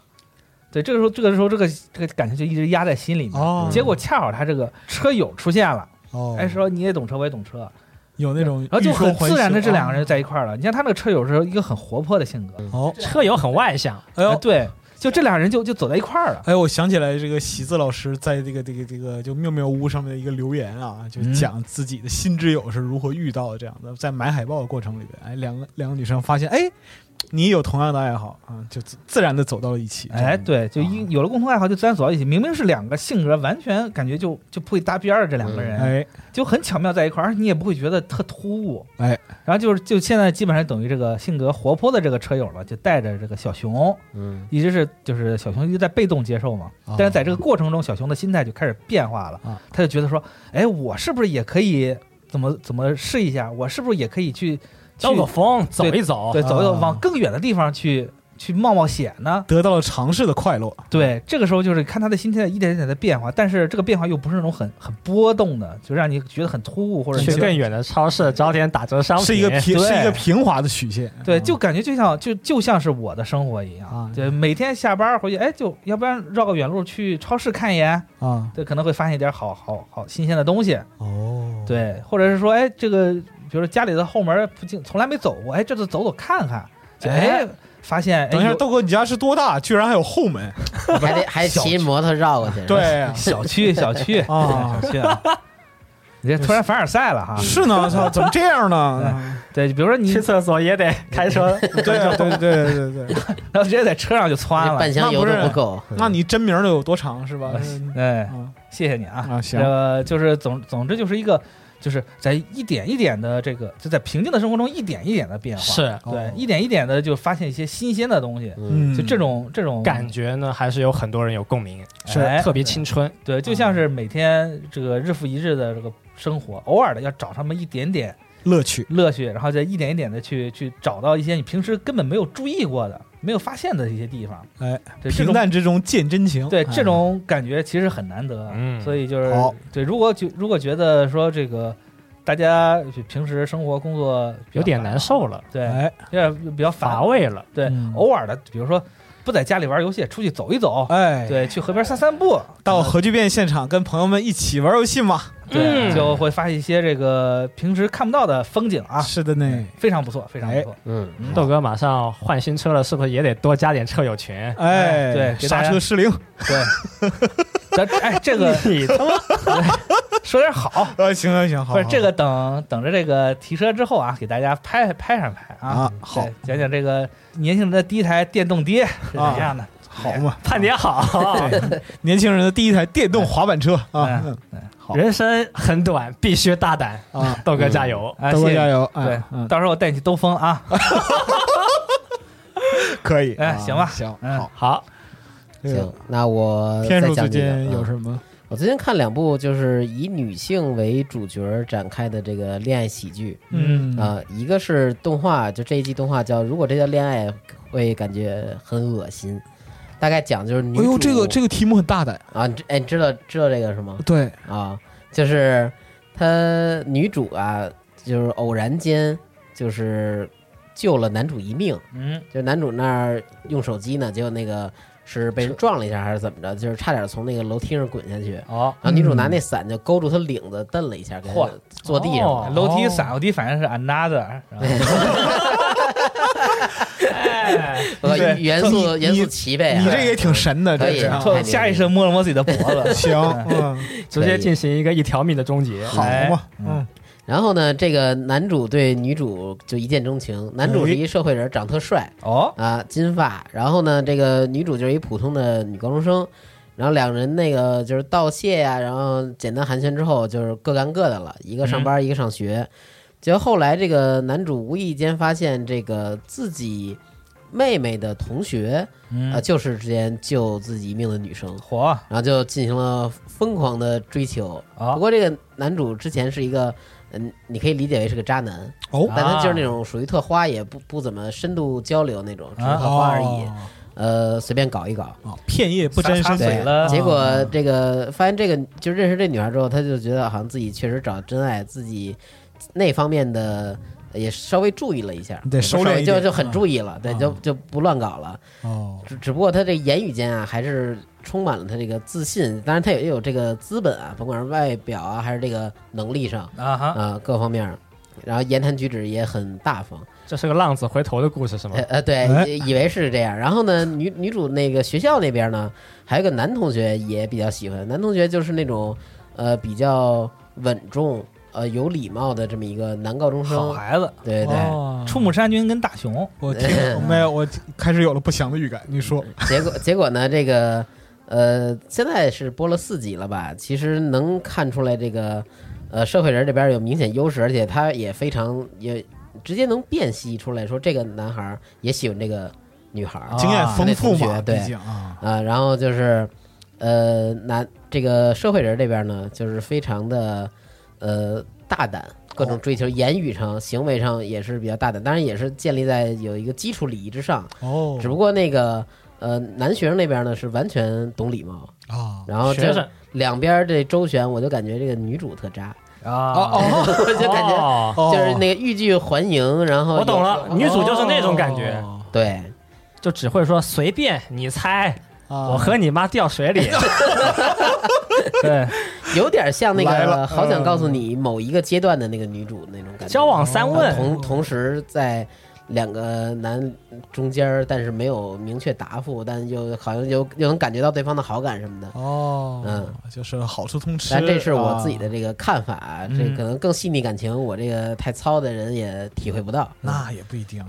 S10: 对，这个时候，这个时候，这个这个感情就一直压在心里面。
S9: 哦，
S10: 结果恰好他这个车友出现了，
S9: 哦，
S10: 哎，说你也懂车，我也懂车，然
S9: 有那种，
S10: 后就很自然的这
S9: 啊
S10: 两个人就在一块儿了。你看他那个车友是一个很活泼的性格，
S9: 哦，
S8: 车友很外向，
S9: 哎
S10: 啊
S9: 呦，
S10: 对，就这俩人就就走在一块儿了。
S9: 哎呦，我想起来这个喜字老师在这个这个这个就妙妙屋上面的一个留言啊，就
S10: 嗯
S9: 讲自己的新挚友是如何遇到的，这样的在买海报的过程里边，哎，两个两个女生发现，哎，你也有同样的爱好啊，就自自然的走到了一起。啊这样
S10: 哎，，对，就一有了共同爱好就自然走到一起。明明是两个性格完全感觉就就不会搭边儿的这两个人，
S9: 哎，
S10: 就很巧妙在一块儿，而且你也不会觉得特突兀。
S9: 哎，
S10: 然后就是就现在基本上等于这个性格活泼的这个车友了，就带着这个小熊，
S7: 嗯
S10: 一直是就是小熊一直在被动接受嘛。
S9: 哦
S10: 但是在这个过程中，小熊的心态就开始变化了
S9: 啊，
S10: 他就觉得说，哎，我是不是也可以怎么怎么试一下？我是不是也可以去去
S8: 兜个风走
S10: 对
S8: 一走。
S10: 对走一走，
S9: 啊
S10: 往更远的地方去去冒冒险呢？
S9: 得到了尝试的快乐。
S10: 对，这个时候就是看他的心态一点一点的变化，但是这个变化又不是那种很很波动的，就让你觉得很突兀或者
S8: 去
S10: 就
S8: 更远的超市找点打折商品，
S9: 是一个平
S10: 对
S9: 是一个平滑的曲线，
S10: 对，
S9: 嗯
S10: 就感觉就像就就像是我的生活一样，
S9: 啊
S10: 对，每天下班回去，哎，就要不然绕个远路去超市看一眼，
S9: 啊
S10: 对，可能会发现一点好好好新鲜的东西，
S9: 哦，
S10: 对，或者是说，哎，这个比如说家里的后门附近从来没走过，哎，这次走走看看，哎，发现
S9: 等一
S10: 哎
S9: 下，
S10: 有
S9: 豆哥，你家是多大？居然还有后门？
S7: 还得还
S10: 小
S7: 骑摩托绕过去，是吧，
S9: 对啊
S10: 小区小区
S9: 啊
S10: 小区啊，你这突然凡尔赛了哈，
S9: 是呢，操，怎么这样呢？
S10: 对，比如说你
S8: 去厕所也得开
S10: 嗯
S8: 车，
S9: 对啊，对对对对对，
S10: 然后直接在车上就窜
S7: 那
S10: 了。
S7: 半箱油都不够，
S9: 那你真名儿得有多长是吧？
S10: 哎，
S9: 嗯
S10: 谢谢你啊。
S9: 啊，行，
S10: 呃，就是总总之就是一个，就是在一点一点的这个，就在平静的生活中一点一点的变化，
S8: 是
S10: 对
S9: 哦，
S10: 一点一点的就发现一些新鲜的东西。
S7: 嗯，
S10: 就这种这种哎
S8: 感觉呢，还是有很多人有共鸣，
S10: 是
S8: 哎特别
S10: 对
S8: 青春。
S10: 对，就像是每天这个日复一日的这个生活，偶尔的要找他们一点点
S9: 乐趣，
S10: 乐趣，然后再一点一点的去去找到一些你平时根本没有注意过的、没有发现的一些地方。
S9: 哎，
S10: 对，这
S9: 平
S10: 种
S9: 淡之中见真情，
S10: 对
S9: 哎
S10: 这种感觉其实很难得。啊
S4: 嗯
S10: 所以就是
S9: 好
S10: 对，如果觉如果觉得说这个大家平时生活工作比较
S8: 有点
S10: 繁
S8: 难
S10: 忙，
S8: 受了，
S10: 对，
S9: 哎，
S10: 有点比较
S8: 乏
S10: 乏味。
S8: 味了。
S10: 对，
S9: 嗯
S10: 偶尔的，比如说不在家里玩游戏，出去走一走，
S9: 哎，
S10: 对，去河边散散步，
S9: 到核聚变现场跟朋友们一起玩游戏嘛，
S10: 对，
S8: 嗯
S10: 就会发现一些这个平时看不到的风景啊，
S9: 是的呢，
S10: 非常不错，非常不错。
S7: 嗯，
S8: 豆哥马上换新车了，是不是也得多加点车友群？
S9: 哎，
S10: 对给大
S9: 刹
S10: 家
S9: 车失 灵，
S10: 对，咱哎，这个
S8: 你他妈
S10: 说点好，
S9: 呃，行行行，好，
S10: 不是
S9: 好
S10: 这个等等着这个提车之后啊，给大家拍拍上拍啊
S9: 啊，，好
S10: 对，讲讲这个年轻人的第一台电动爹是怎么样的。
S9: 好嘛，
S8: 盼点好，
S9: 年轻人的第一台电动滑板车啊
S10: 嗯
S9: 好
S8: 人生很短，必须大胆。
S9: 啊，
S8: 豆哥加油！
S10: 啊，
S9: 德国
S10: 谢谢
S9: 加
S10: 你！
S9: 油，
S10: 对
S9: 哎，嗯，
S10: 到时候我带你去兜风啊。
S9: 可以，
S10: 哎
S9: 啊
S10: 行吧
S9: 行，
S10: 嗯
S9: 好，
S8: 好，
S9: 这个
S7: 行，那我
S9: 啊天
S7: 再
S9: 叔
S7: 讲
S9: 最
S7: 几个
S9: 近有
S7: 啊
S9: 什么？
S7: 我最近看两部就是以女性为主角展开的这个恋爱喜剧
S9: 嗯
S7: 啊、一个是动画，就这一季动画叫《如果这叫恋爱》，会感觉很恶心。大概讲就是女
S9: 哎呦，
S7: 主
S9: 这个这个题目很大胆，
S7: 啊，你知哎，你知道知道这个是吗？
S9: 对，
S7: 啊，就是她女主啊，就是偶然间就是救了男主一命，
S10: 嗯，
S7: 就是男主那儿用手机呢，结果那个是被人撞了一下还是怎么着，就是差点从那个楼梯上滚下去。
S10: 哦，
S7: 然后女主拿那伞就勾住他领子，蹬了一下，给他
S10: 嚯
S9: 嗯
S7: 坐地上了。
S8: 哦
S10: 啊楼梯伞，我第一反应是 another，然后
S7: 呃
S9: 对
S7: 元素
S9: 你
S7: 元素
S9: 你
S7: 齐备啊，
S9: 你这个也挺神的，
S7: 可
S9: 这
S7: 以
S9: 是啊。
S7: 太牛逼
S10: 下意识地摸了摸自己的脖子
S9: 行， 嗯，
S8: 直接进行一个一条命的终结。
S9: 好
S10: 哎
S9: 嘛，嗯，
S7: 然后呢，这个男主对女主就一见钟情，男主是一社会人，长特帅
S10: 哦，
S7: 啊，金发。然后呢，这个女主就是一普通的女高中生。然后两人那个就是道谢呀、然后简单寒暄之后，就是各干各的了，一个上班，一个上学。结果后来这个男主无意间发现，这个自己妹妹的同学，啊，
S10: 嗯，
S7: 就是之前救自己一命的女生。
S10: 火
S7: 然后就进行了疯狂的追求。
S10: 啊
S7: 不过这个男主之前是一个，嗯，你可以理解为是个渣男，
S9: 哦
S7: 但他就是那种属于特花，也不不怎么深度交流那种，只是特花而已，
S9: 哦
S7: 呃，随便搞一搞。
S9: 哦片叶不沾
S10: 撒嘴
S9: 身
S10: 撒
S7: 对
S9: 水，啊
S10: 了
S7: 结果这个发现这个就认识这女孩之后，他就觉得好像自己确实找真爱，自己那方面的也稍微注意了一下，
S9: 你得收敛一
S7: 就
S9: 点
S7: 就很注意了，对，
S9: 嗯
S7: 就就不乱搞了。
S9: 哦，
S7: 只只不过他这言语间啊，还是充满了他这个自信，当然他也有这个资本啊，甭管是外表啊，还是这个能力上
S10: 啊
S7: 啊、
S10: 哈，
S7: 各方面儿，然后言谈举止也很大方，
S8: 这是个浪子回头的故事是吗
S7: 呃？呃，对，
S9: 哎
S7: 以以为是这样。然后呢，女女主那个学校那边呢，还有个男同学也比较喜欢，男同学就是那种呃比较稳重。呃，有礼貌的这么一个男高中
S10: 好
S7: 生，
S10: 孩子，
S7: 对对，
S9: 哦
S10: 出木山君跟大雄，
S9: 我听没有，我开始有了不祥的预感。你说，
S7: 结果结果呢，这个呃，现在是播了四集了吧？其实能看出来，这个呃，社会人这边有明显优势，而且他也非常也直接能辨析出来说，这个男孩儿也喜欢这个女孩儿
S10: 啊
S9: 经验丰富
S7: 那同
S9: 嘛，
S7: 学对
S9: 毕竟啊，
S7: 啊、然后就是呃，男这个社会人这边呢，就是非常的呃大胆。各
S8: 哦
S7: 种追求，言语上、行为上也是比较大胆，当然也是建立在有一个基础礼仪之上。
S9: 哦
S7: 只不过那个呃，男学生那边呢是完全懂礼貌，
S9: 啊，
S7: 然后
S8: 哦学
S7: 这
S8: 生
S7: 两边这周旋，我就感觉这个女主特渣，
S9: 哦
S10: 啊，
S7: 我就感觉
S8: 哦
S7: 就是那个欲拒还迎，然后
S8: 我懂了，啊女主就是那种感觉，
S9: 哦
S7: 对，
S8: 就只会说随便你猜，
S9: 啊
S8: 我和你妈掉水里。对，
S7: 有点像那
S9: 来
S7: 个
S9: 了
S7: 好想告诉你某一个阶段的那个女主那种感觉，
S8: 嗯交往三
S7: 然后
S8: 问，
S7: 同同时在两个男中间儿，但是没有明确答复，但又好像又又能感觉到对方的好感什么的。
S9: 哦，
S7: 嗯，
S9: 就是好处通吃。
S7: 但这是我
S9: 啊嗯
S7: 自己的这个看法，这可能更细腻感情，我这个太糙的人也体会不到。
S9: 那也不一 定。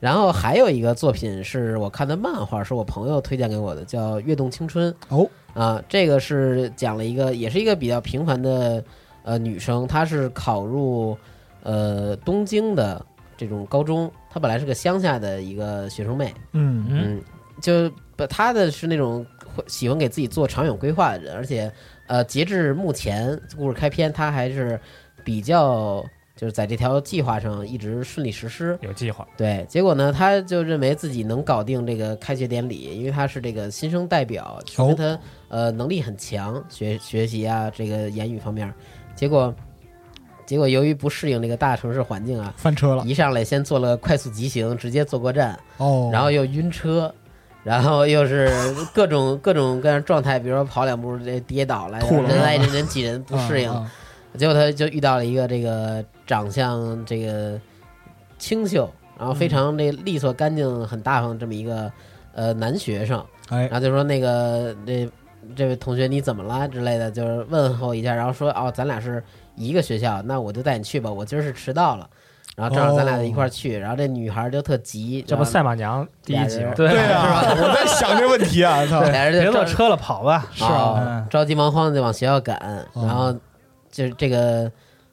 S7: 然后还有一个作品是我看的漫画，是我朋友推荐给我的，叫《跃动青春》。
S9: 哦，
S7: 啊，这个是讲了一个，也是一个比较平凡的呃女生，她是考入呃东京的这种高中，她本来是个乡下的一个学生妹，
S9: 嗯
S10: 嗯
S7: 嗯，就不她的是那种会喜欢给自己做长远规划的人，而且呃，截至目前故事开篇，她还是比较就是在这条计划上一直顺利实施，
S8: 有计划，
S7: 对，结果呢，他就认为自己能搞定这个开学典礼，因为他是这个新生代表，说明他、呃能力很强，学学习啊，这个言语方面儿。结果，结果由于不适应这个大城市环 境啊，
S9: 翻车了。
S7: 一上来先做了快速急行，直接坐过站，
S9: 哦，
S7: 然后又晕车，然后又是各种各种各样状态，比如说跑两步这跌倒了，
S9: 吐了
S7: 人来人人挤人，不适应。
S9: 啊啊
S7: 结果他就遇到了一个这个长相这个清秀，然后非常这利索干净、很大方这么一个呃男学生，
S9: 哎
S7: 然，后就说那个这这位同学你怎么啦之类的，就是问候一下，然后说哦咱俩是一个学校，那我就带你去吧，我今儿是迟到了，然后正好咱俩一块儿去，然后这女孩就特急，
S8: 这不
S7: 然后
S8: 赛马娘第一集吗？
S10: 对
S9: 对啊， 我在想这问题啊，操，
S7: 俩人
S10: 别
S7: 就
S10: 坐
S7: 正
S10: 车了，跑吧。
S7: 是啊
S10: 嗯，
S7: 着急忙慌的往学校赶，
S9: 哦
S7: 然后就是这个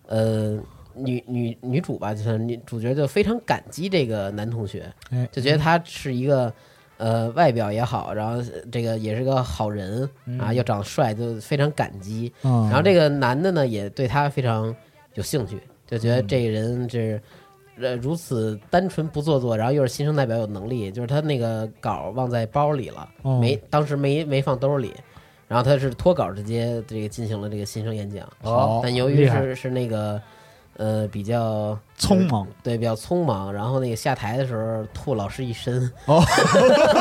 S7: 呃女女女主吧，就是女主角就非常感激这个男同学
S9: 哎，
S7: 就觉得他是一个呃外表也好，然后这个也是个好人啊，又长得帅，就非常感激。
S9: 然
S8: 哦
S7: 然后这个男的呢，也对他非常有兴趣，就觉得
S8: 嗯
S7: 这个人是。呃，如此单纯不做作，然后又是新生代表有能力，就是他那个稿忘在包里了，
S9: 哦
S7: 没当时没没放兜里，然后他是脱稿直接这个进行了这个新生演讲，
S9: 好
S7: 但由于是是那个呃比较
S9: 匆忙
S7: 对比较匆忙，然后那个下台的时候吐老师一身，
S9: 哦，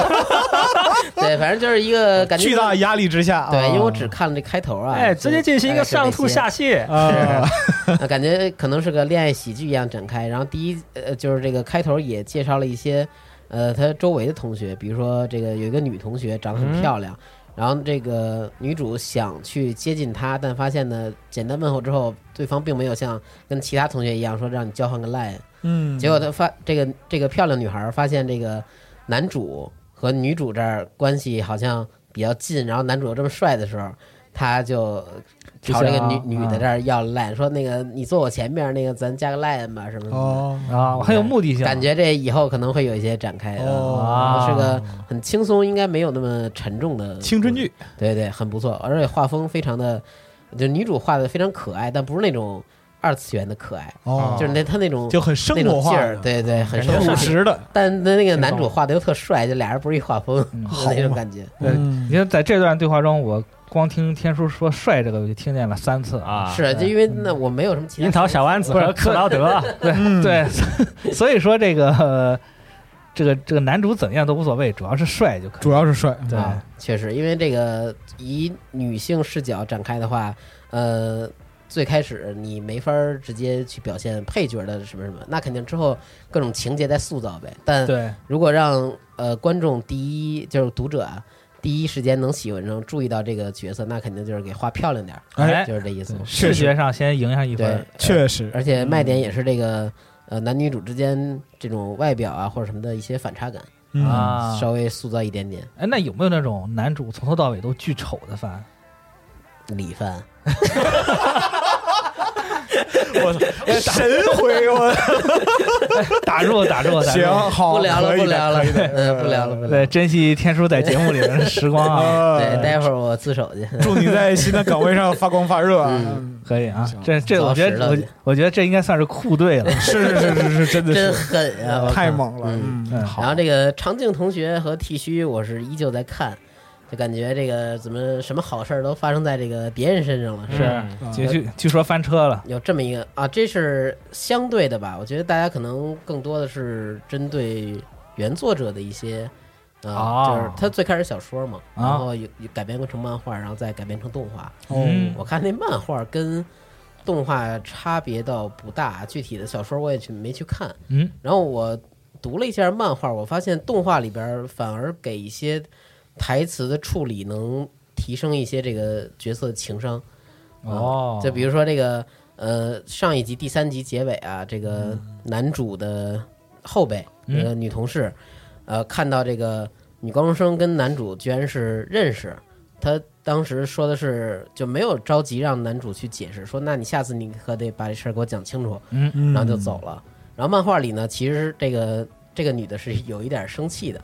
S7: 对，反正就是一个感觉
S9: 巨大压力之下，
S7: 对，
S9: 啊
S7: 因为我只看了这开头啊，
S8: 哦哎，
S7: 就
S8: 直接进行一个上吐下泻，
S9: 啊，
S7: 啊，感觉可能是个恋爱喜剧一样展开。然后第一，呃，就是这个开头也介绍了一些，呃，他周围的同学，比如说这个有一个女同学长得很漂亮，然后这个女主想去接近她，但发现呢，简单问候之后，对方并没有像跟其他同学一样说让你交换个 line，
S9: 嗯，
S7: 结果她发这个这个漂亮女孩儿发现这个男主和女主这儿关系好像比较近，然后男主又这么帅的时候，她就朝这个
S10: 就
S9: 啊
S10: 想
S7: 女女的这儿要赖，说那个你坐我前面，那个咱加个 line 吧什么什么
S9: 哦，
S10: 啊，很有
S8: 嗯
S10: 目的
S7: 的。
S10: 性，
S7: 感觉这以后可能会有一些展开啊，
S9: 哦
S7: 是个很轻松，应该没有那么沉重的
S9: 青春剧，
S7: 对对，很不错，而且画风非常的，就女主画的非常可爱，但不是那种二次元的可爱，
S9: 哦，
S7: 就是那她那种
S9: 就很生
S7: 那
S9: 活
S7: 种劲
S9: 化
S7: 儿，
S9: 的，
S7: 对对，很
S8: 感
S7: 生
S8: 觉
S7: 活
S9: 朴
S7: 化。
S9: 实的，
S7: 但那那个男
S8: 挺
S7: 主
S8: 好
S7: 画的又特帅，就俩人不是一画风，
S10: 嗯
S7: 就 那
S9: 好
S7: 种
S9: 嘛
S7: 感觉。
S10: 对
S9: 嗯
S10: 你看，在这段对话中，我光听天叔说“帅”这个，我就听见了三次啊。
S8: 啊，
S7: 是，就因为那我没有什么其他。啊
S8: 樱桃小丸子和克劳德，
S10: 对、
S9: 嗯
S10: 对， 所以说这个、呃这个这个男主怎样都无所谓，主要是帅就可以。
S9: 主要是帅，
S10: 对
S7: 啊，确实，因为这个以女性视角展开的话，呃，最开始你没法儿直接去表现配角的什么什么，那肯定之后各种情节在塑造呗。但
S10: 对，
S7: 如果让呃观众第一就是读者啊，第一时间能喜欢上、注意到这个角色，那肯定就是给画漂亮点儿，
S10: 哎，
S7: 就是这意思
S10: 对。
S9: 确
S10: 视
S9: 实
S10: 觉上先迎上一
S7: 对
S10: 分。，
S9: 确实，
S7: 而且卖点也是这个呃男女主之间这种外表啊或者什么的一些反差感，
S9: 嗯
S10: 啊。
S7: 稍微塑造一点点
S10: 哎，那有没有那种男主从头到尾都巨丑的番？
S7: 李范。
S9: 哎神 回我，
S10: 打住，打住，打住！
S9: 行，好，
S7: 哦不聊了，
S9: 可以
S7: 不
S9: 的
S7: 聊了，
S9: 可以的
S7: 嗯，不聊了，不聊
S10: 对，
S7: 了。
S10: 珍惜天叔在节目里面的时光 啊，
S7: 对，
S9: 呃，
S7: 待会儿我自首去。
S9: 祝你在新的岗位上发光发热啊，
S7: 嗯
S10: 可以啊
S9: 行，
S10: 这这我觉得
S7: 早识
S10: 我
S7: 了嗯
S10: 我觉得这应该算是酷队了。
S9: 是是是是，真的
S7: 真
S9: 是
S7: 狠啊！我靠
S9: 呃太。猛了，
S7: 嗯
S9: 嗯，
S10: 嗯，
S7: 然后这个长靖同学和剃须，我是依旧在看，就感觉这个怎么什么好事儿都发生在这个别人身上了，
S10: 是
S8: 嗯
S10: 据据据说翻车了，
S7: 有这么一个啊，这是相对的吧？我觉得大家可能更多的是针对原作者的一些啊，
S8: 啊
S7: 就是他最开始小说嘛，
S10: 啊
S7: 然后有有改编过成漫画，然后再改编成动画。
S9: 哦
S10: 嗯
S7: 我看那漫画跟动画差别倒不大，具体的小说我也去没去看。
S10: 嗯，
S7: 然后我读了一下漫画，我发现动画里边反而给一些台词的处理能提升一些这个角色的情商。
S10: 哦，
S7: 就比如说这个呃上一集第三集结尾啊，这个男主的后辈
S10: 嗯
S7: 那个女同事，呃看到这个女高中生跟男主居然是认识，她当时说的是就没有着急让男主去解释，说那你下次你可得把这事儿给我讲清楚，
S10: 嗯
S7: 然后就走了。然后漫画里呢，其实这个这个女的是有一点生气的。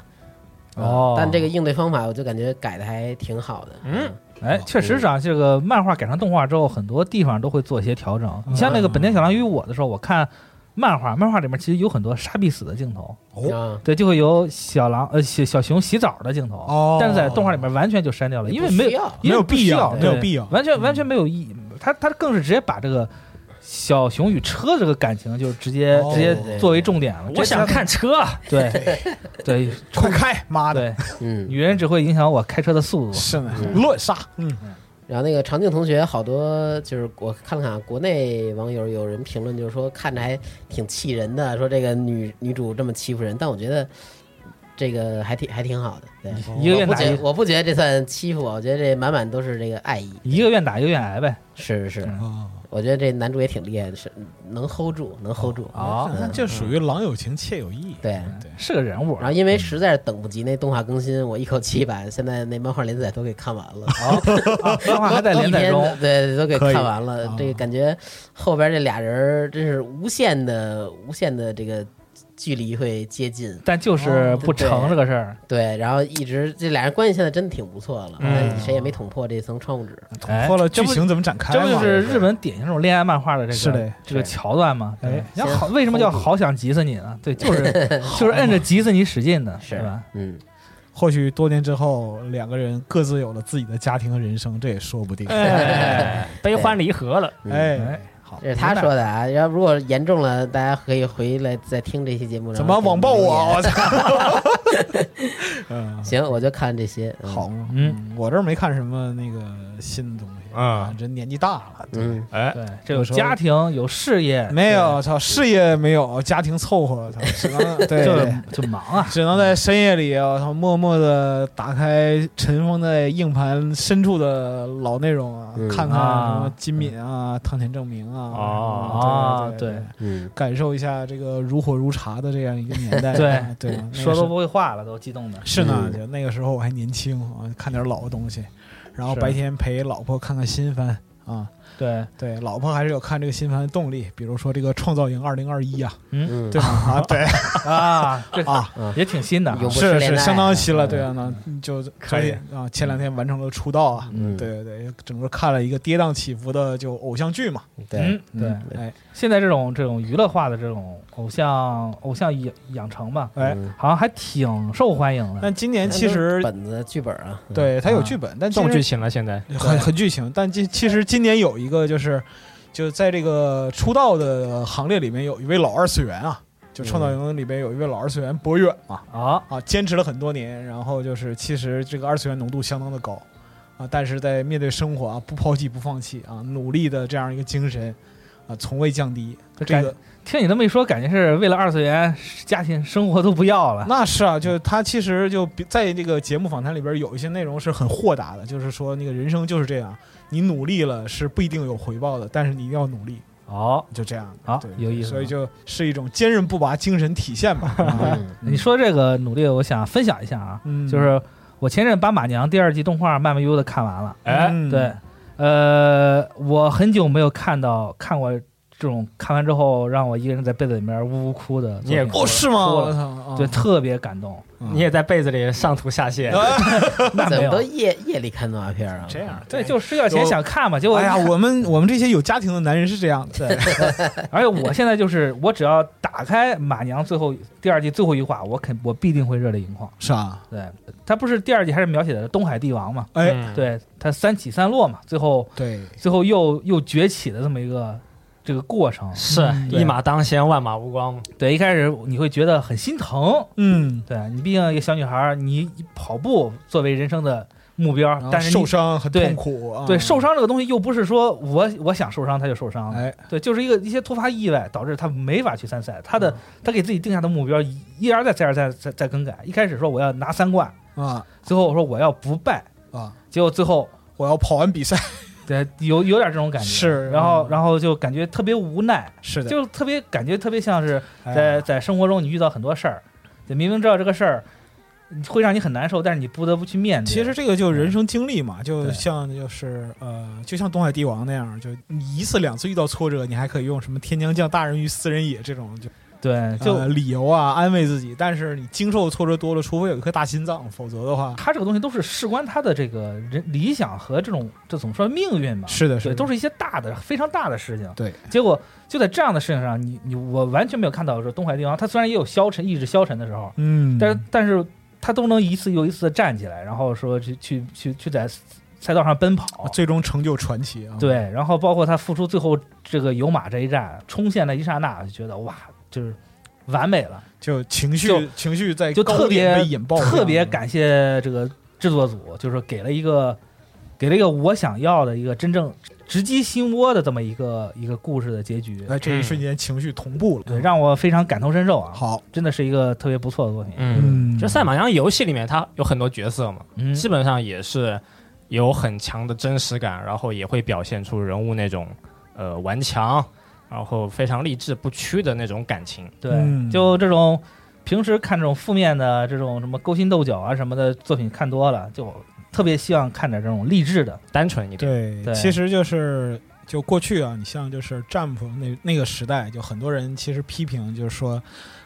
S7: 呃
S10: 哦
S7: 但这个应对方法，我就感觉改的还挺好的。嗯，
S10: 哎，确实是啊，这个漫画改成动画之后，很多地方都会做一些调整。你像那个本田小狼与我的时候，我看漫画，漫画里面其实有很多杀必死的镜头，
S7: 啊，
S10: 对，就会有小狼呃小小熊洗澡的镜头，
S9: 哦
S10: 但是在动画里面完全就删掉了，因为没
S7: 啊不需
S10: 有
S7: 要
S10: 因为
S9: 没有
S10: 不
S9: 必
S10: 需
S9: 要
S10: 对
S9: 没有必要嗯
S10: 完全完全没有意义。他他更是直接把这个小熊与车这个感情就直接、
S9: 哦
S10: 直接
S7: 对对
S10: 作为重点了。
S8: 我想看车啊，
S10: 对对
S9: 快开，妈的，
S10: 对，
S7: 嗯，
S10: 女人只会影响我开车的速度。
S9: 是呢，乱杀，嗯，
S7: 然后那个长靖同学，好多就是我看了看啊，国内网友有人评论，就是说看着还挺气人的，说这个女女主这么欺负人，但我觉得这个还挺还挺好的。对，
S10: 一个愿
S7: 我不
S10: 打
S7: 觉
S10: 一
S7: 得我不觉得这算欺负，我觉得这满满都是这个爱意。
S10: 一个愿打一个愿挨呗。
S7: 是是是，
S9: 哦，
S7: 我觉得这男主也挺厉害的，是能 hold 住，能 hold 住
S10: 哦
S9: 那
S7: 嗯
S9: 这属于嗯郎有情妾有意，
S7: 对。
S10: 是个人物
S9: 哎
S7: 然。后因为实在是等不及那动画更新，我一口气把现在那漫画连载都给看完了。
S10: 啊漫画还在连载中
S7: 一，天对，都给
S9: 可以
S7: 看完了。这个感觉后边这俩人儿真是无限的、无限的这个距离会接近。
S10: 但
S9: 哦
S10: 就是不成这个事儿。
S7: 对，然后一直这俩人关系现在真的挺不错了，但谁也没捅破这层窗户纸。
S10: 哎
S9: 捅破了
S10: 这
S9: 剧
S10: 不
S9: 情怎么展开
S10: 这
S9: 嘛，
S10: 不就是日本典型这种恋爱漫画的这个
S9: 是的
S10: 这个桥段吗？
S9: 哎
S10: 对，你要好为什么叫好想急死你呢？对，就是 就是摁着急死你使劲的，
S7: 是
S10: 对吧？
S7: 嗯，
S9: 或许多年之后，两个人各自有了自己的家庭和人生，这也说不定。
S8: 哎，悲欢离合了。
S7: 嗯
S9: 哎，
S10: 哎，
S9: 好
S7: 这，是他说的啊。然后如果严重了，大家可以回来再听这期节目。
S9: 怎么网暴
S7: 然
S9: 我？啊
S7: 后
S9: 我操！
S7: 给我们留
S9: 嗯，
S7: 言？行，我就看这些。嗯
S9: 好，
S10: 嗯，
S9: 我这儿没看什么那个新的东西
S4: 啊，
S9: 这年纪大了，
S7: 嗯，
S4: 哎，
S10: 对，这有家庭，有事业，
S9: 没有，操，事业没有，家庭凑合， 操，只能对。对
S10: 就就忙啊。
S9: 只能在深夜里，我操，默默的打开尘封在硬盘深处的老内容啊，
S7: 嗯
S9: 看看
S10: 啊
S9: 什么金敏啊、汤田正明啊，
S10: 哦
S9: 嗯对
S10: 啊
S9: 对
S10: 对
S7: 嗯，
S9: 感受一下这个如火如茶的这样一个年 代。
S10: 对
S9: 啊对，那个
S10: 说
S9: 时
S10: 都
S9: 候
S10: 不会话了，都激动的。
S9: 是呢，
S7: 嗯
S9: 就那个时候我还年轻啊，看点老的东西，然后
S10: 是
S9: 白天陪老婆看看新番啊。
S10: 对，
S9: 对，老婆还是有看这个新番的动力，比如说这个《创造营二零二一》啊，
S7: 嗯，
S9: 对吧？啊，对
S10: 啊，这
S9: 啊，
S10: 也挺新的啊。
S7: 永不失
S9: 是
S7: 恋
S9: 是
S7: 爱
S9: 相当
S7: 啊
S9: 新了，对啊，那就
S4: 可以
S9: 啊，前两天完成了出道啊，
S7: 嗯
S9: 对对对，整个看了一个跌宕起伏的就偶像剧嘛，
S7: 对
S10: 嗯，对，
S9: 哎
S10: 现在这种这种娱乐化的这种偶像偶像养养成吧，
S9: 哎，
S7: 嗯
S10: 好像还挺受欢迎的。
S9: 但今年其实
S7: 本子剧本啊，嗯，
S9: 对它有
S10: 啊
S9: 剧本，但其
S8: 重
S9: 实
S8: 剧情了，现在
S9: 很很剧情，但今其实今年有一个就是，就在这个出道的行列里面有一位老二次元啊，就创造营里边有一位老二次元博远嘛，
S10: 啊，
S9: 啊，坚持了很多年，然后就是其实这个二次元浓度相当的高啊，但是在面对生活啊，不抛弃不放弃啊，努力的这样一个精神啊，从未降低。这
S10: 感
S9: 个
S10: 听你这么一说，感觉是为了二次元，家庭生活都不要了。
S9: 那是啊，就是
S10: 嗯
S9: 他其实就比在这个节目访谈里边有一些内容是很豁达的，就是说那个人生就是这样，你努力了是不一定有回报的，但是你一定要努力。
S10: 哦，
S9: 就这样
S10: 好
S9: 对
S10: 有意思
S9: 所以就是一种坚韧不拔精神体现 吧。啊
S7: 嗯
S10: 你说这个努力，我想分享一下啊，
S9: 嗯
S10: 就是我前阵把《马娘》第二季动画慢慢悠悠的看完了。
S4: 哎，
S9: 嗯
S10: 对，呃，我很久没有看到看过这种看完之后让我一个人在被子里面呜呜哭的作品。
S8: 你也
S9: 哦，是吗？
S10: 哭了
S9: 我操！啊
S10: 对，特别感动。
S9: 嗯
S8: 你也在被子里上吐下泻，
S10: 那没
S7: 怎么
S10: 有
S7: 都，夜夜里看动画片啊？
S9: 这样，
S10: 对，就是睡觉前想看嘛，结果
S9: 哎呀，我们我们这些有家庭的男人是这样的，
S10: 对， 而且我现在就是，我只要打开马娘最后第二季最后一话，我肯我必定会热泪盈眶。
S9: 是吧？
S10: 对，他不是第二季还是描写的东海帝王嘛？
S9: 哎，
S8: 嗯，
S10: 对他三起三落嘛，最后
S9: 对，
S10: 最后又又崛起的这么一个这个过程。
S8: 是
S10: 对
S8: 一马当先，万马无光嘛。
S10: 对，一开始你会觉得很心疼，
S9: 嗯，
S10: 对你毕竟一个小女孩儿，你跑步作为人生的目标
S9: 然，后
S10: 但是
S9: 受
S10: 你
S9: 伤很
S10: 对
S9: 痛苦啊，
S10: 对受伤这个东西又不是说我我想受伤他就受伤了，
S9: 哎，
S10: 对，就是一个一些突发意外导致他没法去参赛，他
S9: 嗯
S10: 的他给自己定下的目标一一而再再而再再再更改，一开始说我要拿三冠，
S9: 啊
S10: 最后我说我要不败，
S9: 啊，
S10: 结果最后
S9: 我要跑完比赛，
S10: 对有有点这种感觉，
S9: 是
S10: 然后
S9: 嗯
S10: 然后就感觉特别无奈，
S9: 是的，
S10: 就特别感觉特别像是
S9: 哎
S10: 在在生活中你遇到很多事儿，就明明知道这个事儿会让你很难受，但是你不得不去面对。
S9: 其实这个就是人生经历嘛，就
S10: 对
S9: 像就是呃，就像东海帝王那样，就你一次两次遇到挫折，你还可以用什么“天将降大任于斯人也”这种就
S10: 对，就、
S9: 呃理由啊安慰自己。但是你经受挫折多了，除非有一颗大心脏，否则的话，
S10: 他这个东西都是事关他的这个人理想和这种这怎么说命运嘛。
S9: 是的，
S10: 对，
S9: 是
S10: 都
S9: 是
S10: 是一些大的、非常大的事情。
S9: 对，
S10: 结果就在这样的事情上，你你我完全没有看到说东海帝王，他虽然也有消沉、意志消沉的时候，
S9: 嗯，
S10: 但是但是他都能一次又一次的站起来，然后说去去去去在赛道上奔跑，
S9: 最终成就传奇啊。
S10: 对，然后包括他付出最后这个有马这一战冲线的一刹那，就觉得哇，就是完美了，
S9: 就情绪
S10: 就
S9: 情绪在
S10: 就
S9: 高
S10: 特
S9: 点
S10: 别
S9: 被引爆，
S10: 特别感谢这个制作组，就是给了一个给了一个我想要的一个真正直击心窝的这么一个一个故事的结局，
S9: 在哎这一瞬间情绪同步了。
S10: 对，让我非常感同身受啊！
S9: 好，
S10: 真的是一个特别不错的作品。
S8: 嗯，
S9: 嗯
S8: 就赛马娘游戏里面，它有很多角色嘛，
S10: 嗯
S8: 基本上也是有很强的真实感，然后也会表现出人物那种呃顽强，然后非常励志不屈的那种感情。
S10: 对，
S9: 嗯
S10: 就这种平时看这种负面的这种什么勾心斗角啊什么的作品看多了，就特别希望看点这种励志的。
S8: 单纯一点。
S9: 对，
S10: 对
S9: 其实就是就过去啊，你像就是占卜那那个时代，就很多人其实批评就是说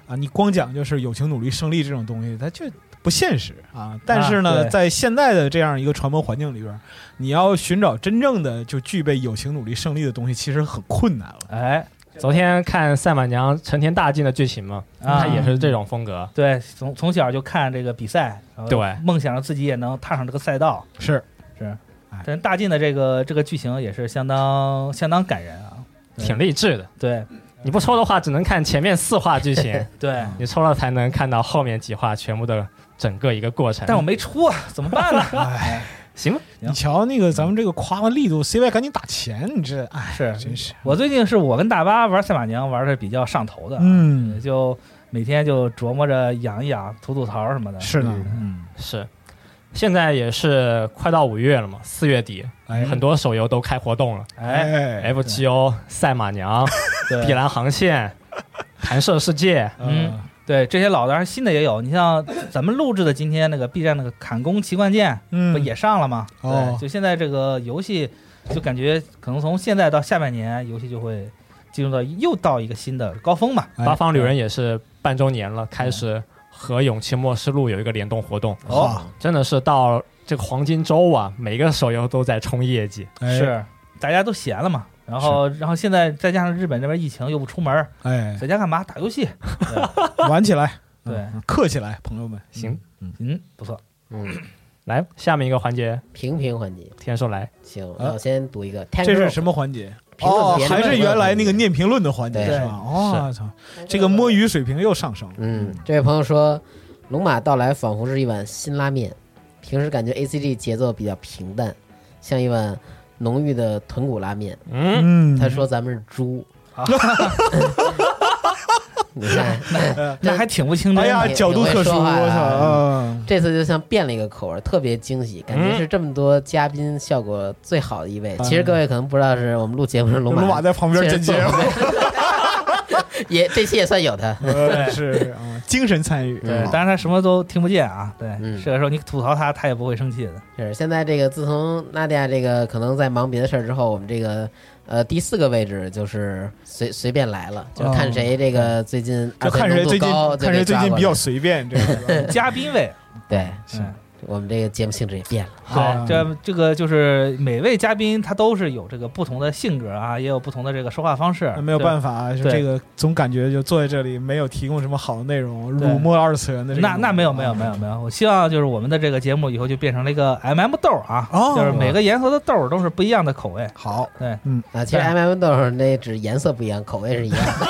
S9: 啊，你光讲就是友情、努力、胜利这种东西，它就不现实啊。但是
S10: 啊
S9: 呢，
S10: 对
S9: 在现在的这样一个传播环境里边，你要寻找真正的就具备友情、努力、胜利的东西，其实很困难了。
S10: 哎，
S8: 昨天看赛马娘成田大进的剧情嘛，
S10: 啊
S8: 它也是这种风格。
S10: 对，从从小就看这个比赛，然后
S8: 对
S10: 梦想着自己也能踏上这个赛道。
S9: 是，
S10: 是
S9: 哎，
S10: 但大进的这个这个剧情也是相当相当感人啊。对
S8: 挺励志的，
S10: 对
S8: 你不抽的话，只能看前面四话 剧情，
S10: 对，
S8: 你抽了才能看到后面几话全部的整个一个过程。
S10: 但我没出啊，怎么办呢？ 哎，
S8: 行吧，
S10: 行
S9: 你瞧那个咱们这个夸的力度，CY 赶紧打钱，你这哎，
S10: 是
S9: 真是，
S10: 我最近是我跟大巴玩赛马娘玩的比较上头的啊，
S9: 嗯，
S10: 就每天就琢磨着养一养、吐吐槽什么的。
S9: 是的，
S10: 嗯
S9: 嗯，
S8: 是，现在也是快到五月了嘛，四月底，
S9: 哎，
S8: 很多手游都开活动了
S10: 哎，
S9: 哎，
S8: ，F 7 O、赛马娘、
S10: 对
S8: 碧蓝航线、弹射世界，
S10: 嗯，对，这些老的，还新的也有。你像咱们录制的今天那个 B 站那个《砍工奇幻剑》，
S9: 嗯
S10: 不，也上了吗？
S9: 哦
S10: 对，就现在这个游戏，就感觉可能从现在到下半年，游戏就会进入到又到一个新的高峰嘛。
S9: 哎
S8: 八方旅人也是半周年了，开始和《勇气末世录》有一个联动活动，
S10: 哦，
S8: 真的是到这个黄金周啊，每个手游都在冲业绩。
S9: 哎，
S10: 是，大家都闲了嘛。然后，然后现在再加上日本这边疫情又不出门，
S9: 哎，
S10: 在家干嘛？打游戏。
S9: 玩起来，
S10: 对
S9: 嗯，客起来，朋友们，
S8: 行，
S10: 嗯，不错。
S7: 嗯
S8: 来，下面一个环节，
S7: 评评环节，
S8: 天寿来，
S7: 行，
S9: 啊
S7: 那我先读一个。
S9: 这是什么环节？
S7: 评论
S9: 哦
S7: 别，人
S9: 还是原来那个念评论的环节
S7: 对
S9: 是吧？哦，操，这个摸鱼水平又上升了。
S7: 嗯，这位朋友说，龙马到来仿佛是一碗辛拉面，平时感觉 A C G 节奏比较平淡，像一碗浓郁的豚骨拉面。
S8: 嗯，
S9: 嗯
S7: 他说咱们是猪，
S10: 啊
S7: 你看
S10: 那还挺不清
S9: 哎
S10: 真
S9: 呀，
S10: 的。
S7: 也
S9: 角度特殊，
S7: 也会说话呀
S9: 我操，嗯
S7: 这次就像变了一个口味，特别惊喜，感觉是这么多嘉宾效果最好的一位。其实各位可能不知道，是我们录节目是龙马，
S9: 嗯龙马在旁边
S7: 确实
S9: 剪
S7: 坐
S9: 接，
S7: 我们 也这期也算有他。
S9: 呃是啊，精神参与，
S10: 对，
S9: 嗯
S10: 当然他什么都听不见啊。对，
S7: 嗯
S10: 这个时候你吐槽他，他也不会生气的。
S7: 是现在这个，自从娜迪亚这个可能在忙别的事儿之后，我们这个呃第四个位置就是随随便来了，就是看谁这个最近
S9: 哦就看谁最近看谁最近比较随便，这个
S10: 嘉宾 位，
S7: 对，
S10: 嗯，
S7: 我们这个节目性质也变了。
S10: 好，这这个就是每位嘉宾他都是有这个不同的性格啊，也有不同的这个说话方式
S9: 那。没有
S10: 法。
S9: 办法啊，就
S10: 对
S9: 这个总感觉就坐在这里没有提供什么好的内容，
S10: 对
S9: 辱没二次元的这个啊
S10: 那
S9: 东西。
S10: 那没有没有没有没有，我希望就是我们的这个节目以后就变成了一个 M、m 豆儿啊，
S9: 哦
S10: 就是每个颜色的豆儿都是不一样的口味。
S9: 好，
S10: 对，
S7: 啊，其实
S10: 对
S7: M M 豆那只是颜色不一样，口味是一样的。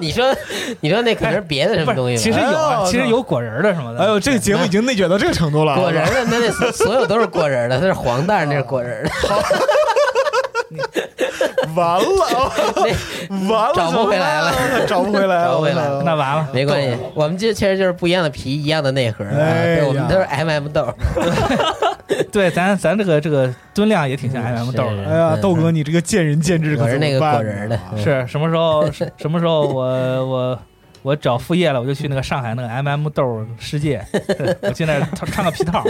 S7: 你说你说那可能是别的什么东西吧？
S10: 其实有
S9: 哎
S10: 啊，
S9: 呦
S10: 其实有果仁儿的什么的。
S9: 哎呦，这个节目已经内卷到这个程度了。啊
S7: 果仁儿的那那所所有都是果仁儿的，那是黄蛋，那是果 仁儿的，
S9: 完了，完了，
S7: 找不回来了，
S9: 找不回来了，
S7: 找不回来了
S10: 那完了，
S7: 没关系，我们这其实就是不一样的皮，一样的内核啊，
S9: 哎
S7: 对，我
S9: 呀
S7: 们都是 MM 豆，
S10: 对，咱咱这个这个吨量也挺
S7: 嗯
S10: 像 M M 豆的。
S9: 哎呀，豆哥，你这个见仁见智，可
S7: 我是
S9: 怎么
S7: 那个
S9: 办啊
S7: 果仁儿的，
S10: 是什么时候？是什么时候我我我找副业了，我就去那个上海那个 M、m 豆世界， 我去那儿穿穿个皮套，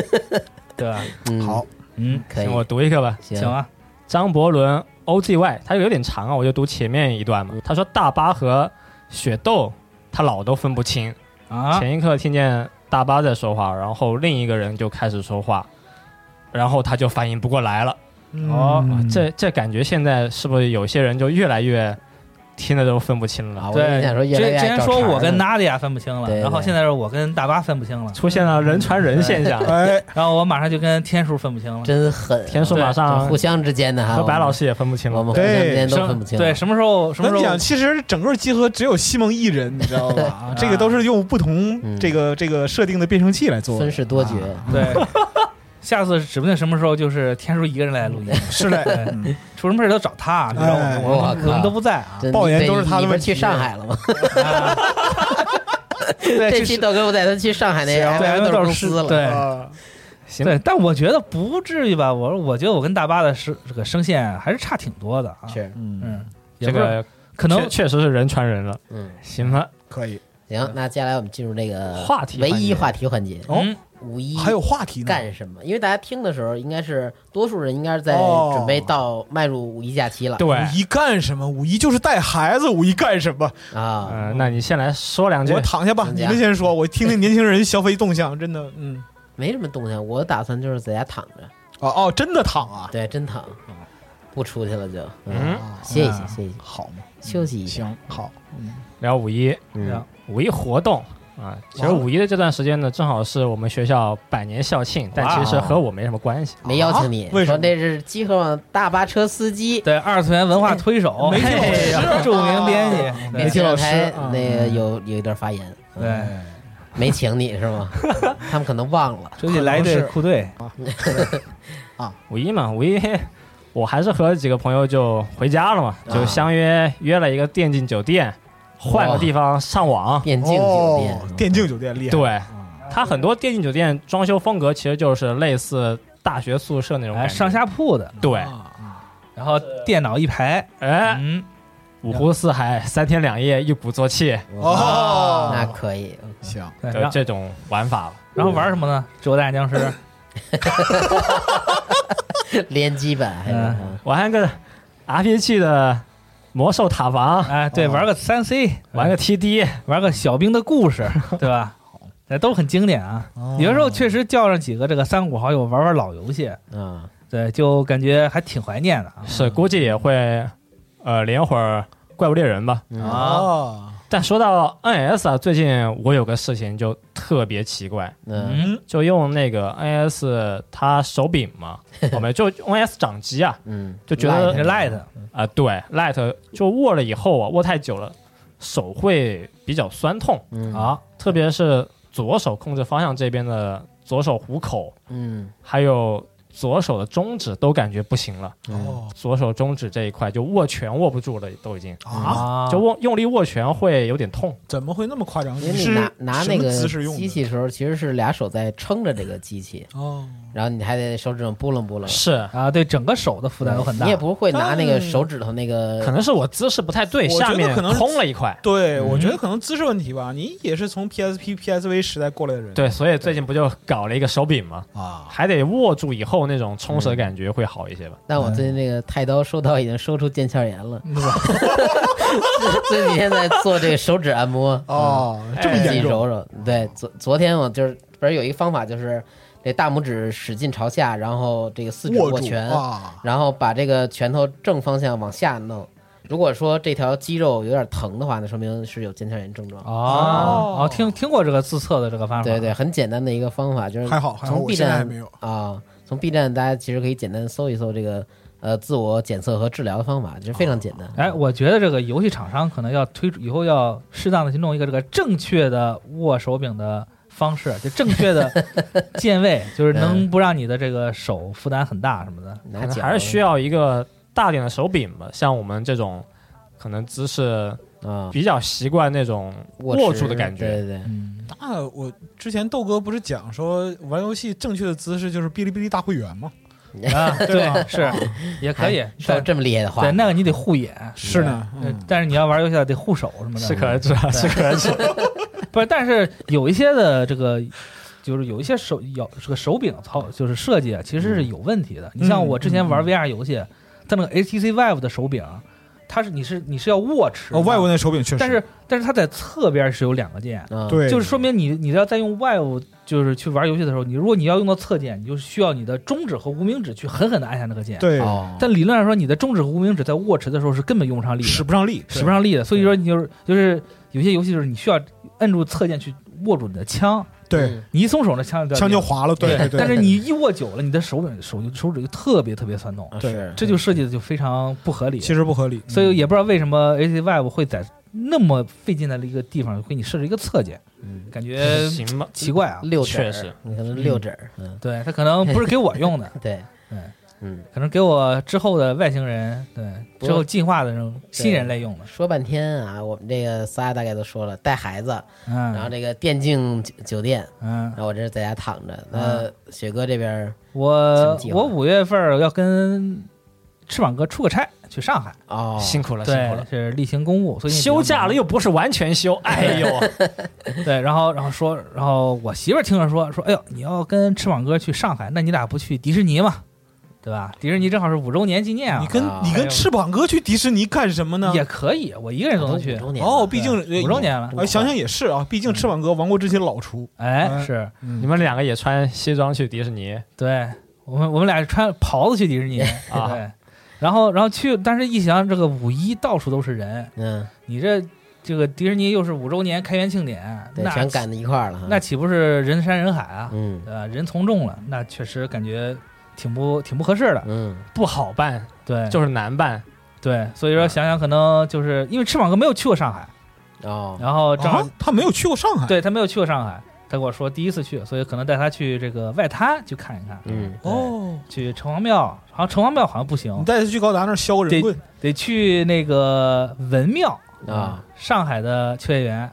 S10: 对吧？
S7: 嗯，
S9: 好，
S10: 嗯，
S7: 可以
S8: 行，我读一个吧。
S10: 行
S7: 行，
S10: 啊，
S8: 张伯伦 OZY，他有点长啊，我就读前面一段嘛。他说大巴和雪豆他老都分不清，
S10: 啊，
S8: 前一刻听见大巴在说话，然后另一个人就开始说话，然后他就反应不过来了。
S9: 嗯
S10: 哦
S8: 哇这这感觉现在是不是有些人就越来越听的都分不清
S7: 啊，
S8: 了？
S7: 我跟你
S10: 对
S7: 想说，，越来
S10: 之
S7: 越
S10: 之
S7: 爱
S10: 前
S7: 找
S10: 说
S7: 茬儿
S10: 我跟
S7: 了
S10: Nadia 分不清了，
S7: 对
S10: 然后
S7: 对
S10: 现在是我跟大巴分不 清了，
S8: 出现了人传人现象。
S9: 哎，
S10: 然后我马上就跟天叔分不清了。
S7: 真狠，
S8: 田叔马
S7: 就
S8: 上
S7: 互相之间的哈，
S8: 和白老
S7: 师，
S8: 师也分不清
S7: 我
S8: 了。
S7: 们互相之间都
S10: 对
S7: 分不清，
S10: 对，，什么时候什
S9: 那
S10: 么
S9: 你
S10: 时候
S9: 想，其实整个集合只有西蒙一人，你知道吧？ 啊这个都是用不同
S7: 嗯
S9: 这个这个设定的变声器来做的
S7: 分。饰多角，
S10: 对，下次指不定什么时候就是天叔一个人来录音，
S9: 是的，
S10: 对出什么事儿都找他，你知道吗？
S9: 哎
S10: 我
S7: 嗯我
S10: 们
S7: 靠
S10: 我们都不在啊。
S7: 真
S9: 爆言
S7: 对
S9: 都是他的
S7: 你们
S9: 问题
S7: 去上海了吗？
S10: 啊对，
S7: 这
S10: 就
S7: 期
S10: 是
S7: 豆哥不在，他去上海那
S9: 行
S7: MM 豆公司了，
S10: 对
S9: 啊
S8: 行
S10: 对，但我觉得不至于吧。我我觉得我跟大巴的声这个声线还是差挺多的啊。
S7: 是，
S9: 嗯，
S10: 嗯，也
S8: 这
S10: 不是
S8: 个
S10: 可
S8: 确
S10: 能
S8: 确实是人传人了。
S7: 嗯，
S8: 行吧，
S9: 可以。
S7: 行，那接下来我们进入这个
S8: 话题环
S7: 唯
S8: 节
S7: 一话题环节，
S10: 哦，
S7: 五一
S9: 还有话题呢，
S7: 干什么？因为大家听的时候，应该是多数人应该是在
S9: 哦
S7: 准备到迈入五一假期了
S8: 对，
S9: 五一干什么？五一就是带孩子，五一干什么？
S7: 啊。
S8: 嗯，那你先来说两句
S9: 我。躺下吧，
S7: 增
S9: 你
S7: 加
S9: 们先说，我听听年轻人消费动向，真的，嗯，
S7: 没什么动静，我打算就是在家躺着，
S9: 哦哦，真的躺啊，
S7: 对，真躺，不出去了就，
S8: 嗯，
S7: 歇一歇，歇一歇，
S9: 好啊嘛，
S7: 休息一下。
S9: 行，好，嗯，
S8: 聊五一，
S7: 嗯，
S8: 五一活动啊。其实五一的这段时间呢，正好是我们学校百年校庆，但其实和我没什么关系。
S7: 没邀请你，
S9: 为什
S7: 说
S9: 么
S7: 这是集合网大巴车司机，
S10: 对二次元文
S8: 哎
S10: 化推手，
S9: 媒体
S10: 嘿
S9: 老师
S10: 呀著名编辑，
S7: 那
S9: 媒体
S7: 前两
S9: 老师
S7: 台
S9: 啊
S7: 那个有有一段发言，嗯
S10: 对，
S8: 哎
S7: 没请你是吗？ 他们可能忘了，
S10: 出去来一队酷队，
S8: 五一嘛，五一我还是和几个朋友就回家了嘛，
S7: 啊
S8: 就相约约了一个电竞酒店，换个地方上网。
S7: 电啊竞酒
S9: 哦
S7: 店，嗯
S9: 电竞酒店厉害，
S8: 对，它很多电竞酒店装修风格其实就是类似大学宿舍那种感
S10: 哎，
S8: 觉
S10: 上下铺的，
S9: 啊
S8: 对，
S7: 啊
S10: 然后电脑一排，
S8: 哎，
S10: 嗯，
S8: 五湖四海，三天两夜，一鼓作气，
S9: 哦，
S7: 那可以，
S9: 行，
S10: 对
S7: 嗯
S8: 就
S10: 然后
S8: 这种玩法了。
S10: 然后玩什么呢？折弹 僵尸，
S7: 联机版还是
S10: 嗯
S7: 嗯
S8: 玩个 RPG 的魔兽塔防，
S10: 哎，对，玩个三 C，
S8: 哦
S10: 哎
S8: 玩个 TD，
S10: 玩个小兵的故 事，对吧？这都很经典啊。
S8: 哦
S10: 有的时候确实叫上几个这个三五好友玩玩老游戏，
S9: 嗯
S7: 啊，
S10: 对，就感觉还挺怀念的啊。
S8: 是
S7: 嗯
S8: 估计也会呃连会儿怪物猎人吧。
S7: 嗯
S9: 哦，
S8: 但说到 NS 啊，最近我有个事情就特别奇怪，
S7: 嗯
S10: 嗯，
S8: 就用那个 NS 它手柄嘛，我们就用 NS 掌机啊
S7: 嗯，
S8: 就觉得
S10: 你
S9: 哎
S10: 是 Light，
S8: 啊、对 Light 就握了以后啊，握太久了手会比较酸痛。
S7: 嗯
S10: 啊，
S8: 特别是左手控制方向这边的左手虎口，
S7: 嗯
S8: 还有左手的中指都感觉不行了，
S7: 嗯
S9: 哦，
S8: 左手中指这一块就握拳握不住了，都已经
S9: 啊，
S8: 就握用力握拳会有点痛。
S9: 怎么会那么夸张？
S7: 因为你
S9: 是
S7: 拿拿那
S9: 什
S7: 个
S9: 么姿势用
S7: 机
S9: 的？
S7: 器的时候，其实是俩手在撑着这个机器，
S9: 哦，
S7: 然后你还得手指头拨楞拨楞，
S8: 是，
S10: 啊，对整个手的负担都很大。
S7: 你也不会拿那个
S9: 嗯
S7: 手指头那个，
S8: 可能是我姿势不太对，
S9: 我觉得
S8: 下面
S9: 可能
S8: 空了一块。
S9: 对，我觉得可能姿势问题吧，你也是从 PSP、PSV 时代过来的人，
S8: 对，所以最近不就搞了一个手柄嘛，
S9: 啊，
S8: 还得握住以后那种
S10: 嗯
S8: 充实的感觉会好一些吧。
S7: 但我最近那个太刀收到已经收出腱鞘炎了，这这几天在做这个手指按摩，
S9: 哦，这么
S8: 哎
S7: 自己
S9: 严重，
S7: 揉揉。对，昨昨天我就是不是有一个方法，就是这大拇指使劲朝下，然后这个四指握
S9: 住
S7: 拳，
S9: 啊，
S7: 然后把这个拳头正方向往下弄。如果说这条肌肉有点疼的话，那说明是有腱鞘炎症状。
S10: 哦哦，听听过这个自测的这个方法，
S7: 对对，很简单的一个方法，就是
S9: 还好还好，
S7: 呃从
S9: 我
S7: B
S9: 现在还
S7: 站
S9: 没有。
S7: 啊，从 B 站大家其实可以简单搜一搜这个呃自我检测和治疗的方法，就是非常简单。
S10: 哎，我觉得这个游戏厂商可能要推出以后要适当的去弄一个这个正确的握手柄的方式，就正确 的键位，就是能不让你的这个手负担很大什么的。
S7: 拿
S8: 可能
S7: 脚
S8: 还是需要一个大点的手柄吧。像我们这种可能姿势
S7: 啊
S8: 比较习惯那种握
S7: 握
S8: 住的感
S7: 对
S8: 觉，
S7: 对对，
S10: 嗯，
S9: 那我之前豆哥不是讲说玩游戏正确的姿势就是哔哩哔哩大会员吗？
S10: 啊，对，是也可以
S7: 哎，说
S10: 但
S7: 这么厉害的话
S10: 对，那个你得护眼，
S9: 是呢，
S10: 呃
S9: 嗯，
S10: 但是你要玩游戏啊得护手什么的。
S8: 适可而止啊，适可而止。
S10: 不是，但是有一些的这个，就是有一些手有这个手柄操，就是设计啊其实
S9: 嗯
S10: 是有问题的。你像我之前玩 VR 游戏，它那个 HTC Vive 的手柄，它是你是你是要握持的，
S9: 哦，外国那手柄确实，
S10: 但是但是它在侧边是有两个键，
S7: 啊
S9: 对，
S10: 就是说明你你要在用 Vive 就是去玩游戏的时候，你如果你要用到侧键，你就需要你的中指和无名指去狠狠的按下那个键。，
S9: 对
S7: 哦，
S10: 但理论上说，你的中指和无名指在握持的时候是根本用不上力的，
S9: 使不上力，
S10: 使不上力的。所以说，你就是就是有些游戏就是你需要摁住侧键去握住你的枪，
S9: 对，
S10: 你一松手那枪就掉地
S9: 枪
S10: 上
S9: 就划了，对对
S10: 嗯
S9: 对。
S10: 但是你一握久了，你的手柄手就手指就特别特别酸痛，
S7: 啊
S9: 对
S7: 是
S10: 这就设计的就非常不合理。
S9: 其实不合理，
S10: 所以
S9: 嗯
S10: 也不知道为什么 H C Vive 会在那么费劲的一个地方给你设置一个侧键，
S7: 嗯
S10: 感觉
S8: 行吧，
S10: 奇怪啊。
S9: 嗯
S7: 六指儿，
S8: 确实
S7: 你可能六指儿，嗯，
S10: 对他可能不是给我 用的，
S7: 对，
S10: 嗯
S7: 嗯，
S10: 可能给我之后的外星人，对
S7: 不
S10: 之后进化的那种新人类用的。
S7: 说半天啊，我们这个仨大概都说了，带孩子，然后
S10: 嗯
S7: 这个电竞酒酒店，
S10: 嗯
S7: 然，后我这是在家躺着。那雪哥这边儿
S10: 我
S7: 请计划
S10: 我五月份儿要跟翅膀哥出个差去上海，
S7: 哦，
S8: 辛苦了，辛
S10: 对
S8: 苦了，。
S10: 是例行公务，最近比较
S8: 休假
S10: 忙
S8: 了又不是完全休，哎呦，
S10: 对，然后然后说，然后我媳妇儿听着说说，哎呦，你要跟翅膀哥去上海，那你俩不去迪士尼嘛，对吧？迪士尼正好是五周年纪念啊
S9: 你，跟
S7: 啊
S9: 你
S10: 还
S9: 跟
S10: 有
S9: 翅膀哥去迪士尼干什么呢？
S10: 也可以，我一个人都能去
S7: 啊五。周年了
S9: 哦，毕竟
S10: 对五周年了
S9: 哎想想也是啊，毕竟翅膀哥亡国之心老出，
S10: 哎，
S9: 嗯
S10: 是
S8: 你
S9: 你
S8: 们两个也穿西装去迪士尼，
S10: 对我们我们俩穿袍子去迪士尼
S8: 啊
S10: 对，然后然后去，但是一想这个五一到处都是人，
S7: 嗯，
S10: 你这这个迪士尼又是五周年开园庆典，
S7: 对，
S10: 那
S7: 全赶在一块儿了哈。
S10: 那岂不是人山人海啊？
S7: 嗯
S10: 对吧？人从众了，那确实感觉挺不挺不合适的。
S7: 嗯，
S8: 不好办，
S10: 对，
S8: 就是难办。
S10: 对，所以说想想可能就是因为翅膀哥没有去过上海，
S7: 哦，
S10: 然后正好、
S9: 啊，他没有去过上海，
S10: 对他没有去过上海，他跟我说第一次去，所以可能带他去这个外滩去看一看，
S7: 嗯，
S9: 哦，
S10: 去城隍庙，好像城隍庙好像不行
S9: 你，带他去高达那儿削个人棍，
S10: 得去那个文庙
S7: 啊，
S10: 上海的秋叶 原，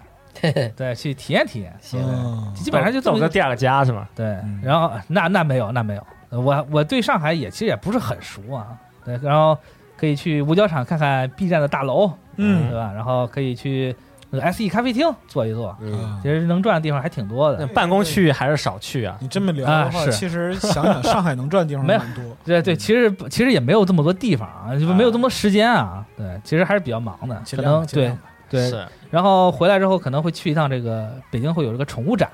S10: 对，去体验体验，
S7: 行，
S9: 哦
S10: 基本上就这
S8: 走
S10: 么
S8: 个第二个家是吗？
S10: 对
S9: 嗯，
S10: 然后那那没有，那没有，我我对上海也其实也不是很熟啊，对，然后可以去五角场看看 B 站的大楼，
S9: 嗯
S10: 对吧？然后可以去那个 SE 咖啡厅坐一坐，
S9: 啊
S7: 嗯，
S10: 其实能转的地方还挺多
S8: 那
S10: 的。
S8: 办公区域还是少去啊。
S9: 你这么聊的话，
S10: 啊是
S9: 其实想想上海能赚的地 方
S10: 没有
S9: 蛮多。
S10: 对对，其实其实也没有这么多地方啊，就没有这么多时间啊。对，其实还是比较忙的，
S9: 嗯尽
S10: 可
S9: 量吧
S10: 能
S9: 尽量
S10: 对对。
S8: 是
S10: 然后回来之后可能会去一趟这个北京会有这个宠物展，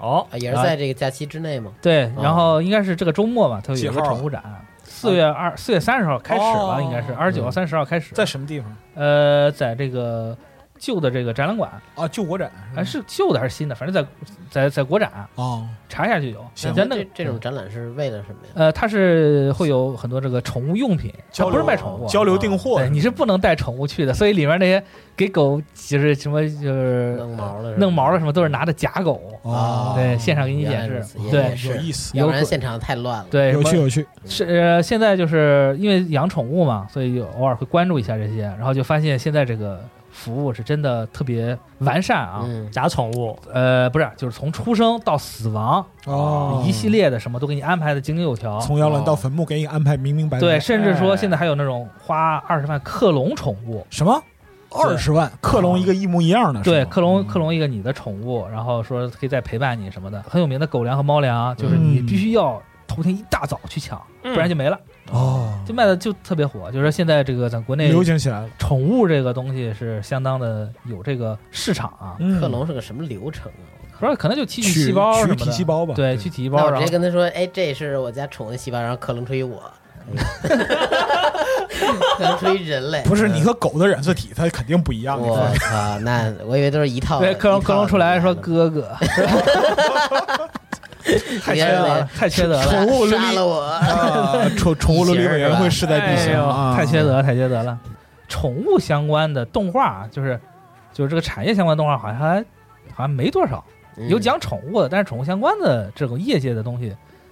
S8: 哦，
S10: 哎
S7: 啊也是在这个假期之内嘛。
S10: 对，
S7: 哦
S10: 然后应该是这个周末吧，它会有一
S9: 几
S10: 个
S9: 号啊
S10: 宠物展。四月二、四月三十号开始吧，
S9: 哦
S10: 应该是二十九号、三十号开始。
S9: 在什么地方
S10: 呃，在这个旧的这个展览馆，
S9: 啊？救国展
S10: 哎，是旧的还是新的？反正在在在国展啊
S9: 哦，
S10: 查一下就有。
S9: 行
S10: 咱那
S7: 这
S10: 个
S7: 这种展览是为了什么呀？
S10: 呃，它是会有很多这个宠物用品，它
S9: 交
S10: 不
S9: 流
S10: 是卖宠物啊，
S9: 交流订货
S10: 对，你是不能带宠物去的，所以里面那些给狗就是什么就是
S7: 弄毛的，
S10: 弄毛的什么，都是拿的假狗，
S9: 哦，
S10: 对，现场给你
S7: 原来
S10: 演
S7: 如
S10: 示
S7: 此，也
S10: 啊对
S7: 也
S9: 有
S7: 是，
S9: 意思，
S7: 要不然现场太乱了。
S10: 对，
S9: 有
S10: 什
S9: 趣
S10: 么
S9: 有趣。
S10: 是呃现在就是因为养宠物嘛，所以就偶尔会关注一下这些，然后就发现现在这个服务是真的特别完善啊，
S7: 嗯，
S8: 假宠物
S10: 呃，不是，就是从出生到死亡
S9: 哦
S10: 一系列的什么都给你安排的井井有条，
S9: 从哎摇篮到坟墓，给你安排明明白白。
S10: 对，甚至说现在还有那种花二十万克隆宠物，
S9: 什么二十万克隆一个一模一样的，
S10: 对，
S9: 是吗嗯
S10: 克隆克隆一个你的宠物，然后说可以再陪伴你什么的。很有名的狗粮和猫粮，就是你
S9: 嗯
S10: 必须要头天一大早去抢，
S8: 嗯
S10: 不然就没了。
S9: 哦，
S10: 就卖的就特别火，就是说现在这个咱国内
S9: 流行起来了。
S10: 宠物这个东西是相当的有这个市场啊，
S9: 嗯
S7: 克隆是个什么流程啊？
S10: 不是可能就提取
S9: 取
S10: 细胞什
S9: 取
S10: 么
S9: 体
S10: 的，
S9: 细胞吧？
S10: 对，去体细
S7: 那
S10: 胞，
S7: 我
S10: 然
S7: 直
S10: 后
S7: 接跟他说，哎，这是我家宠物的细胞，然后克隆出于 我，克隆出于人类。嗯
S9: 不是你和狗的染色体，它肯定不一样。你
S7: 我
S9: 看
S7: 靠，那我以为都是一套。
S10: 对克隆
S7: 一套
S10: 克隆出来说
S7: 的
S10: 哥哥，太缺德了，太缺德了，哎
S9: 宠物 伦
S7: 杀
S9: 理
S7: 了我，嗯
S9: 啊，宠宠物伦理委员会势在必
S10: 哎
S9: 行
S10: 呦
S9: 啊，
S10: 太缺德了，太缺德了。宠物相关的动画，就是就是这个产业相关的动画，好像还好像没多少，有讲宠物的，但是宠物相关的这种业界的东西，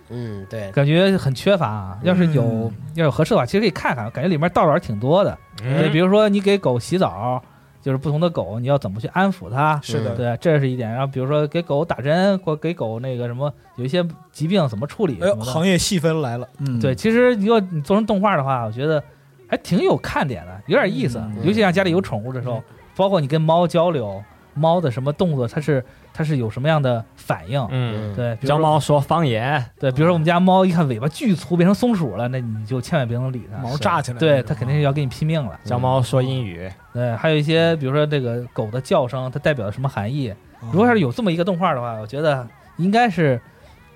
S7: 嗯，嗯，对，
S10: 感觉很缺乏啊。要是有、
S9: 嗯
S10: 要有合适的话，其实可以看看，感觉里面道理还挺多的。对，呃比
S8: 嗯，
S10: 如说你给狗洗澡，就是不同的狗，你要怎么去安抚它？
S9: 是的，
S10: 对，这是一点。然后比如说给狗打针，或给狗那个什么，有一些疾病怎么处理
S9: 哎
S10: 什
S9: 呦，
S10: 么的。
S9: 行业细分来了，嗯，
S10: 对，，其实你要你做成动画的话，我觉得还挺有看点的，有点意思。
S9: 嗯
S10: 尤其像家里有宠物的时候，包括你跟猫交流，猫的什么动作，它是它是有什么样的反应？
S8: 嗯，
S10: 对，比如
S8: 教
S10: 说
S8: 猫说方言，
S10: 对，比如说我们家猫一看尾巴巨粗，变成松鼠了，那你就千万别能理它，
S9: 毛炸起哦来，
S10: 啊对，它肯定是要跟你拼命了。
S8: 教猫说英语，
S10: 对，还有一些比如说这个狗的叫声，它代表了什么含义？
S9: 嗯。
S10: 如果要是有这么一个动画的话，我觉得应该是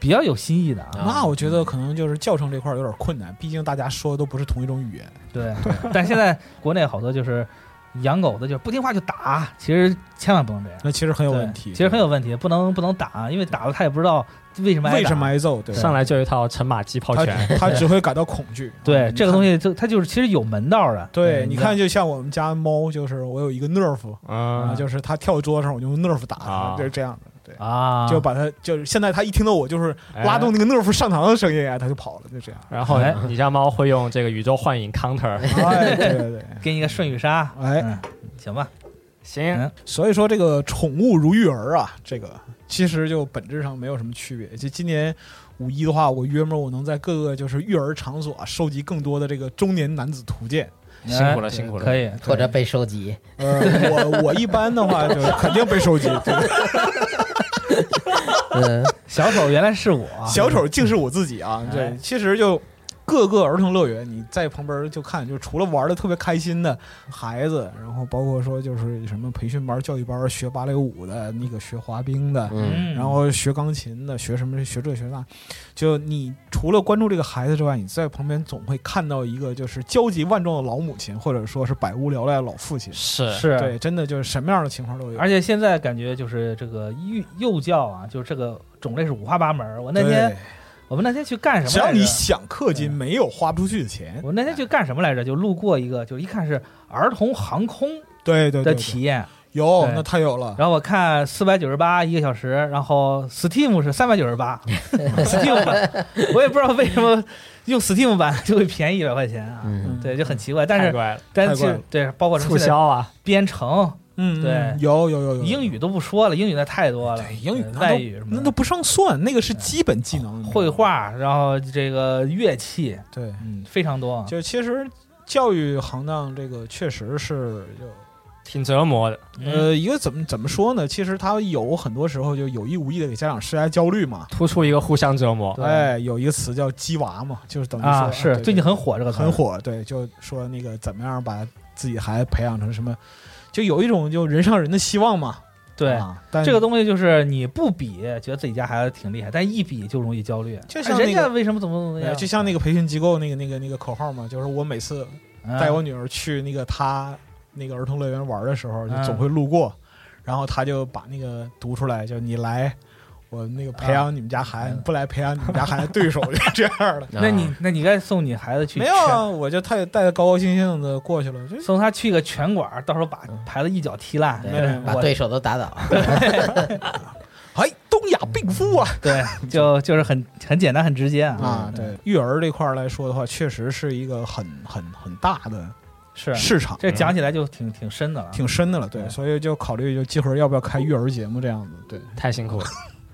S10: 比较有新意的啊。
S9: 那我觉得可能就是教程这块儿有点困难，毕竟大家说的都不是同一种语言。
S10: 对，但现在国内好多就是养狗的，就是不听话就打，其实千万不能这样，
S9: 那其实很有问题，
S10: 对其实很有问题，不能不能打，因为打了他也不知道为什么挨打
S9: 为什么挨揍？对吧，
S8: 上来就一套乘马鸡泡
S9: 他
S8: 拳，
S9: 他只会感到恐惧。
S10: 对这个东
S9: 西，
S10: 西就它就是其实有门道啊的。
S9: 嗯对，你看，
S10: 看
S9: 就像我们家猫，就是我有一个 nerf，
S8: 嗯
S9: 啊，，就是它跳桌上，我就用 nerf 打它
S8: 啊，
S9: 就是这样的。对，
S10: 啊，
S9: 就把它就是现在它一听到我就是拉动那个 nerf 上膛的声音，哎，它就跑了，就 这样。
S8: 然后
S10: 哎
S8: 你家猫会用这个宇宙幻影 counter，
S9: 哎，对对对，
S10: 给你个顺雨杀，
S9: 哎，
S10: 嗯，行吧，
S8: 行，
S9: 所以说这个宠物如育儿啊，这个其实就本质上没有什么区别。就今年五一的话，我约摸我能在各个就是育儿场所、啊、收集更多的这个中年男子图鉴。
S8: 辛苦
S10: 哎
S8: 了，辛苦了，
S10: 可以，
S7: 嗯或者被收集，
S9: 呃，我我一般的话就是肯定被收集。对
S7: 嗯，
S10: 小丑原来是我，
S9: 小丑竟是我自己啊！对，其实就各个儿童乐园，你在旁边就看，就除了玩的特别开心的孩子，然后包括说就是什么培训班、教育班，学芭蕾舞的，那个学滑冰的，
S7: 嗯，
S10: 嗯，
S9: 然后学钢琴的，学什么学这学那，就你除了关注这个孩子之外，你在旁边总会看到一个就是焦急万状的老母亲，或者说是百无聊赖的老父亲。
S8: 是
S10: 是啊
S9: 对，真的就是什么样的情况都有。
S10: 而且现在感觉就是这个幼幼教啊，就是这个种类是五花八门儿。我那天
S9: 对
S10: 我们那天去干什
S9: 只
S10: 么来
S9: 要
S10: 着？嗯
S9: 你想氪金，没有花不出去的钱。
S10: 我那天去干什么来着？就路过一个，就是一看是儿童航空
S9: 对对
S10: 的
S9: 对，
S10: 体验，
S9: 有
S10: 对
S9: 那太有了。
S10: 然后我看四百九十八一个小时，然后 Steam 是三百九十八，Steam 版我也不知道为什么用 Steam 版就会便宜一百块钱啊，
S7: 嗯
S10: 对，就很奇怪。但
S8: 太
S10: 是
S8: 怪了，
S10: 但
S9: 太怪
S10: 是
S9: 了
S10: 对，包括什
S8: 促
S10: 么现在
S8: 销啊，
S10: 编程、
S9: 嗯，
S10: 对
S9: 嗯有有有有
S10: 英语都不说了，英语那太多了，
S9: 对英语
S10: 对
S9: 那都
S10: 外语什么
S9: 那都
S10: 的。
S9: 不上算，那个是基本技能。
S10: 绘画，然后这个乐器，
S9: 对，
S10: 嗯，非常多。
S9: 就其实教育行当这个确实是有
S8: 挺折磨的，
S10: 嗯，
S9: 呃，一个怎么怎么说呢？其实他有很多时候就有意无意的给家长施加焦虑嘛。
S8: 突出一个互相折磨，
S10: 对
S9: 哎，有一个词叫“鸡娃”嘛，就是等于说
S10: 啊，是
S9: 对
S10: 最近很火这个
S9: 对
S10: 词儿
S9: 很火，对，就说那个怎么样把自己孩子培养成什么，就有一种就人上人的希望嘛。
S10: 对，
S9: 啊、但
S10: 这个东西就是你不比，觉得自己家孩子挺厉害，但一比就容易焦虑。
S9: 就像
S10: 哎人
S9: 那
S10: 家
S9: 个
S10: 为什么怎么怎么
S9: 呃
S10: 样？
S9: 就像那个培训机构那个那个那个口号嘛，就是我每次
S10: 嗯
S9: 带我女儿去那个她那个儿童乐园玩的时候，就
S10: 嗯
S9: 总会路过，然后她就把那个读出来，就你来，我那个培养你们家孩子，
S10: 嗯
S9: 不来培养你们家孩子 对手，就这样的。
S10: 那
S7: 啊
S10: 你那你该送你孩子去
S9: 没有啊，嗯我就太带着高高兴兴的过去了，就
S10: 全送他去个拳馆，到时候把
S9: 嗯
S10: 牌子一脚踢烂。
S7: 对
S10: 对
S9: 啊
S7: 把
S10: 我
S7: 对手都打倒，
S9: 哎，东亚病夫啊
S10: 对，就就是很很简单很直接
S9: 啊
S10: 啊！！
S9: 对，育儿这块儿来说的话，确实是一个很很很大的
S10: 是
S9: 市场，
S10: 这讲起来就挺挺深的了。
S9: 嗯挺深的了。对，
S10: 对
S9: 所以就考虑就集合要不要开育儿节目这样子。对
S8: 太辛苦了，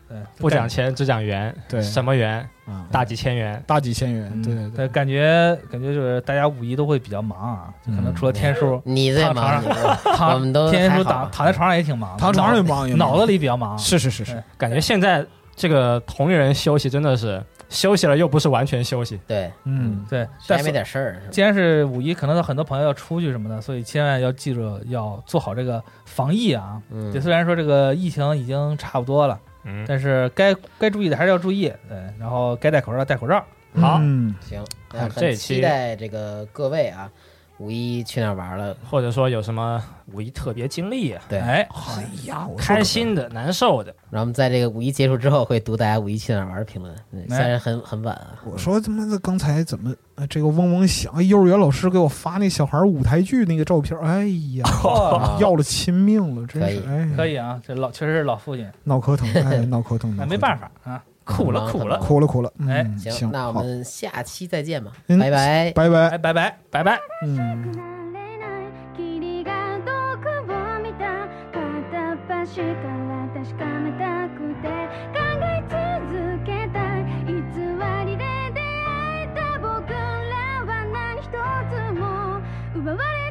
S10: 对
S8: 不讲钱只讲元，
S9: 对
S8: 什么元，
S9: 啊，
S8: 大几千元，
S9: 大几千元，
S10: 嗯
S9: 对对对
S10: 对，。感觉感觉就是大家五一都会比较忙啊，就可能
S9: 嗯
S10: 除了天叔
S7: 你最忙，你 最忙我们都
S10: 天
S7: 还
S10: 叔
S7: 好啊
S10: 躺躺在床上也挺忙的，
S9: 唐床上也忙，也忙
S10: 脑子里比较忙。
S9: 是是是是
S10: 啊对，
S8: 感觉现在这个同龄人休息真的是休息了又不是完全休息，
S7: 对，
S9: 嗯，
S10: 对，
S7: 谁
S10: 但
S7: 还
S10: 是
S7: 没点事儿是吧？
S10: 既然是五一，可能很多朋友要出去什么的，所以千万要记住要做好这个防疫啊。对，
S7: 嗯，
S10: 虽然说这个疫情已经差不多了，
S8: 嗯，
S10: 但是该该注意的还是要注意，对，然后该戴口罩戴口罩。
S8: 好
S9: 嗯
S7: 行，那
S8: 好
S7: 很
S8: 这一期
S7: 期待这个各位啊，五一去那儿玩了，
S8: 或者说有什么五一特别经历，
S7: 对
S8: 哎，
S10: 哎呀，我
S8: 开心的、难受的，
S7: 然后我们在这个五一结束之后会读大家五一去哪儿玩的评论，嗯
S10: 哎
S7: 虽然很很晚啊，
S9: 我说他妈的，刚才怎么呃这个嗡嗡响？幼儿园老师给我发那小孩舞台剧那个照片，哎呀，
S7: 嗯
S9: 要了亲命了，真
S7: 啊可以
S9: 是哎，
S10: 哦可以啊，这老确实是老父亲，
S9: 脑壳疼，哎，脑壳疼，
S10: 那
S9: 脑壳
S10: 没
S9: 疼
S10: 办，法啊，
S8: 苦了
S7: 很忙
S8: 苦
S7: 很
S8: 了
S7: 忙
S9: 哭了哭了，
S10: 哎
S9: 嗯，
S7: 行，
S9: 行，
S7: 那我
S9: 好，
S7: 们下期再见吧，
S9: 嗯
S7: 拜拜。
S9: 拜
S10: 哎，
S9: 拜，
S10: 拜拜。
S8: 拜拜。
S9: 嗯。
S6: れない霧が毒を見た片っ端から確かめたくて考え続けたい偽りで出会えた僕らは何一つも奪われ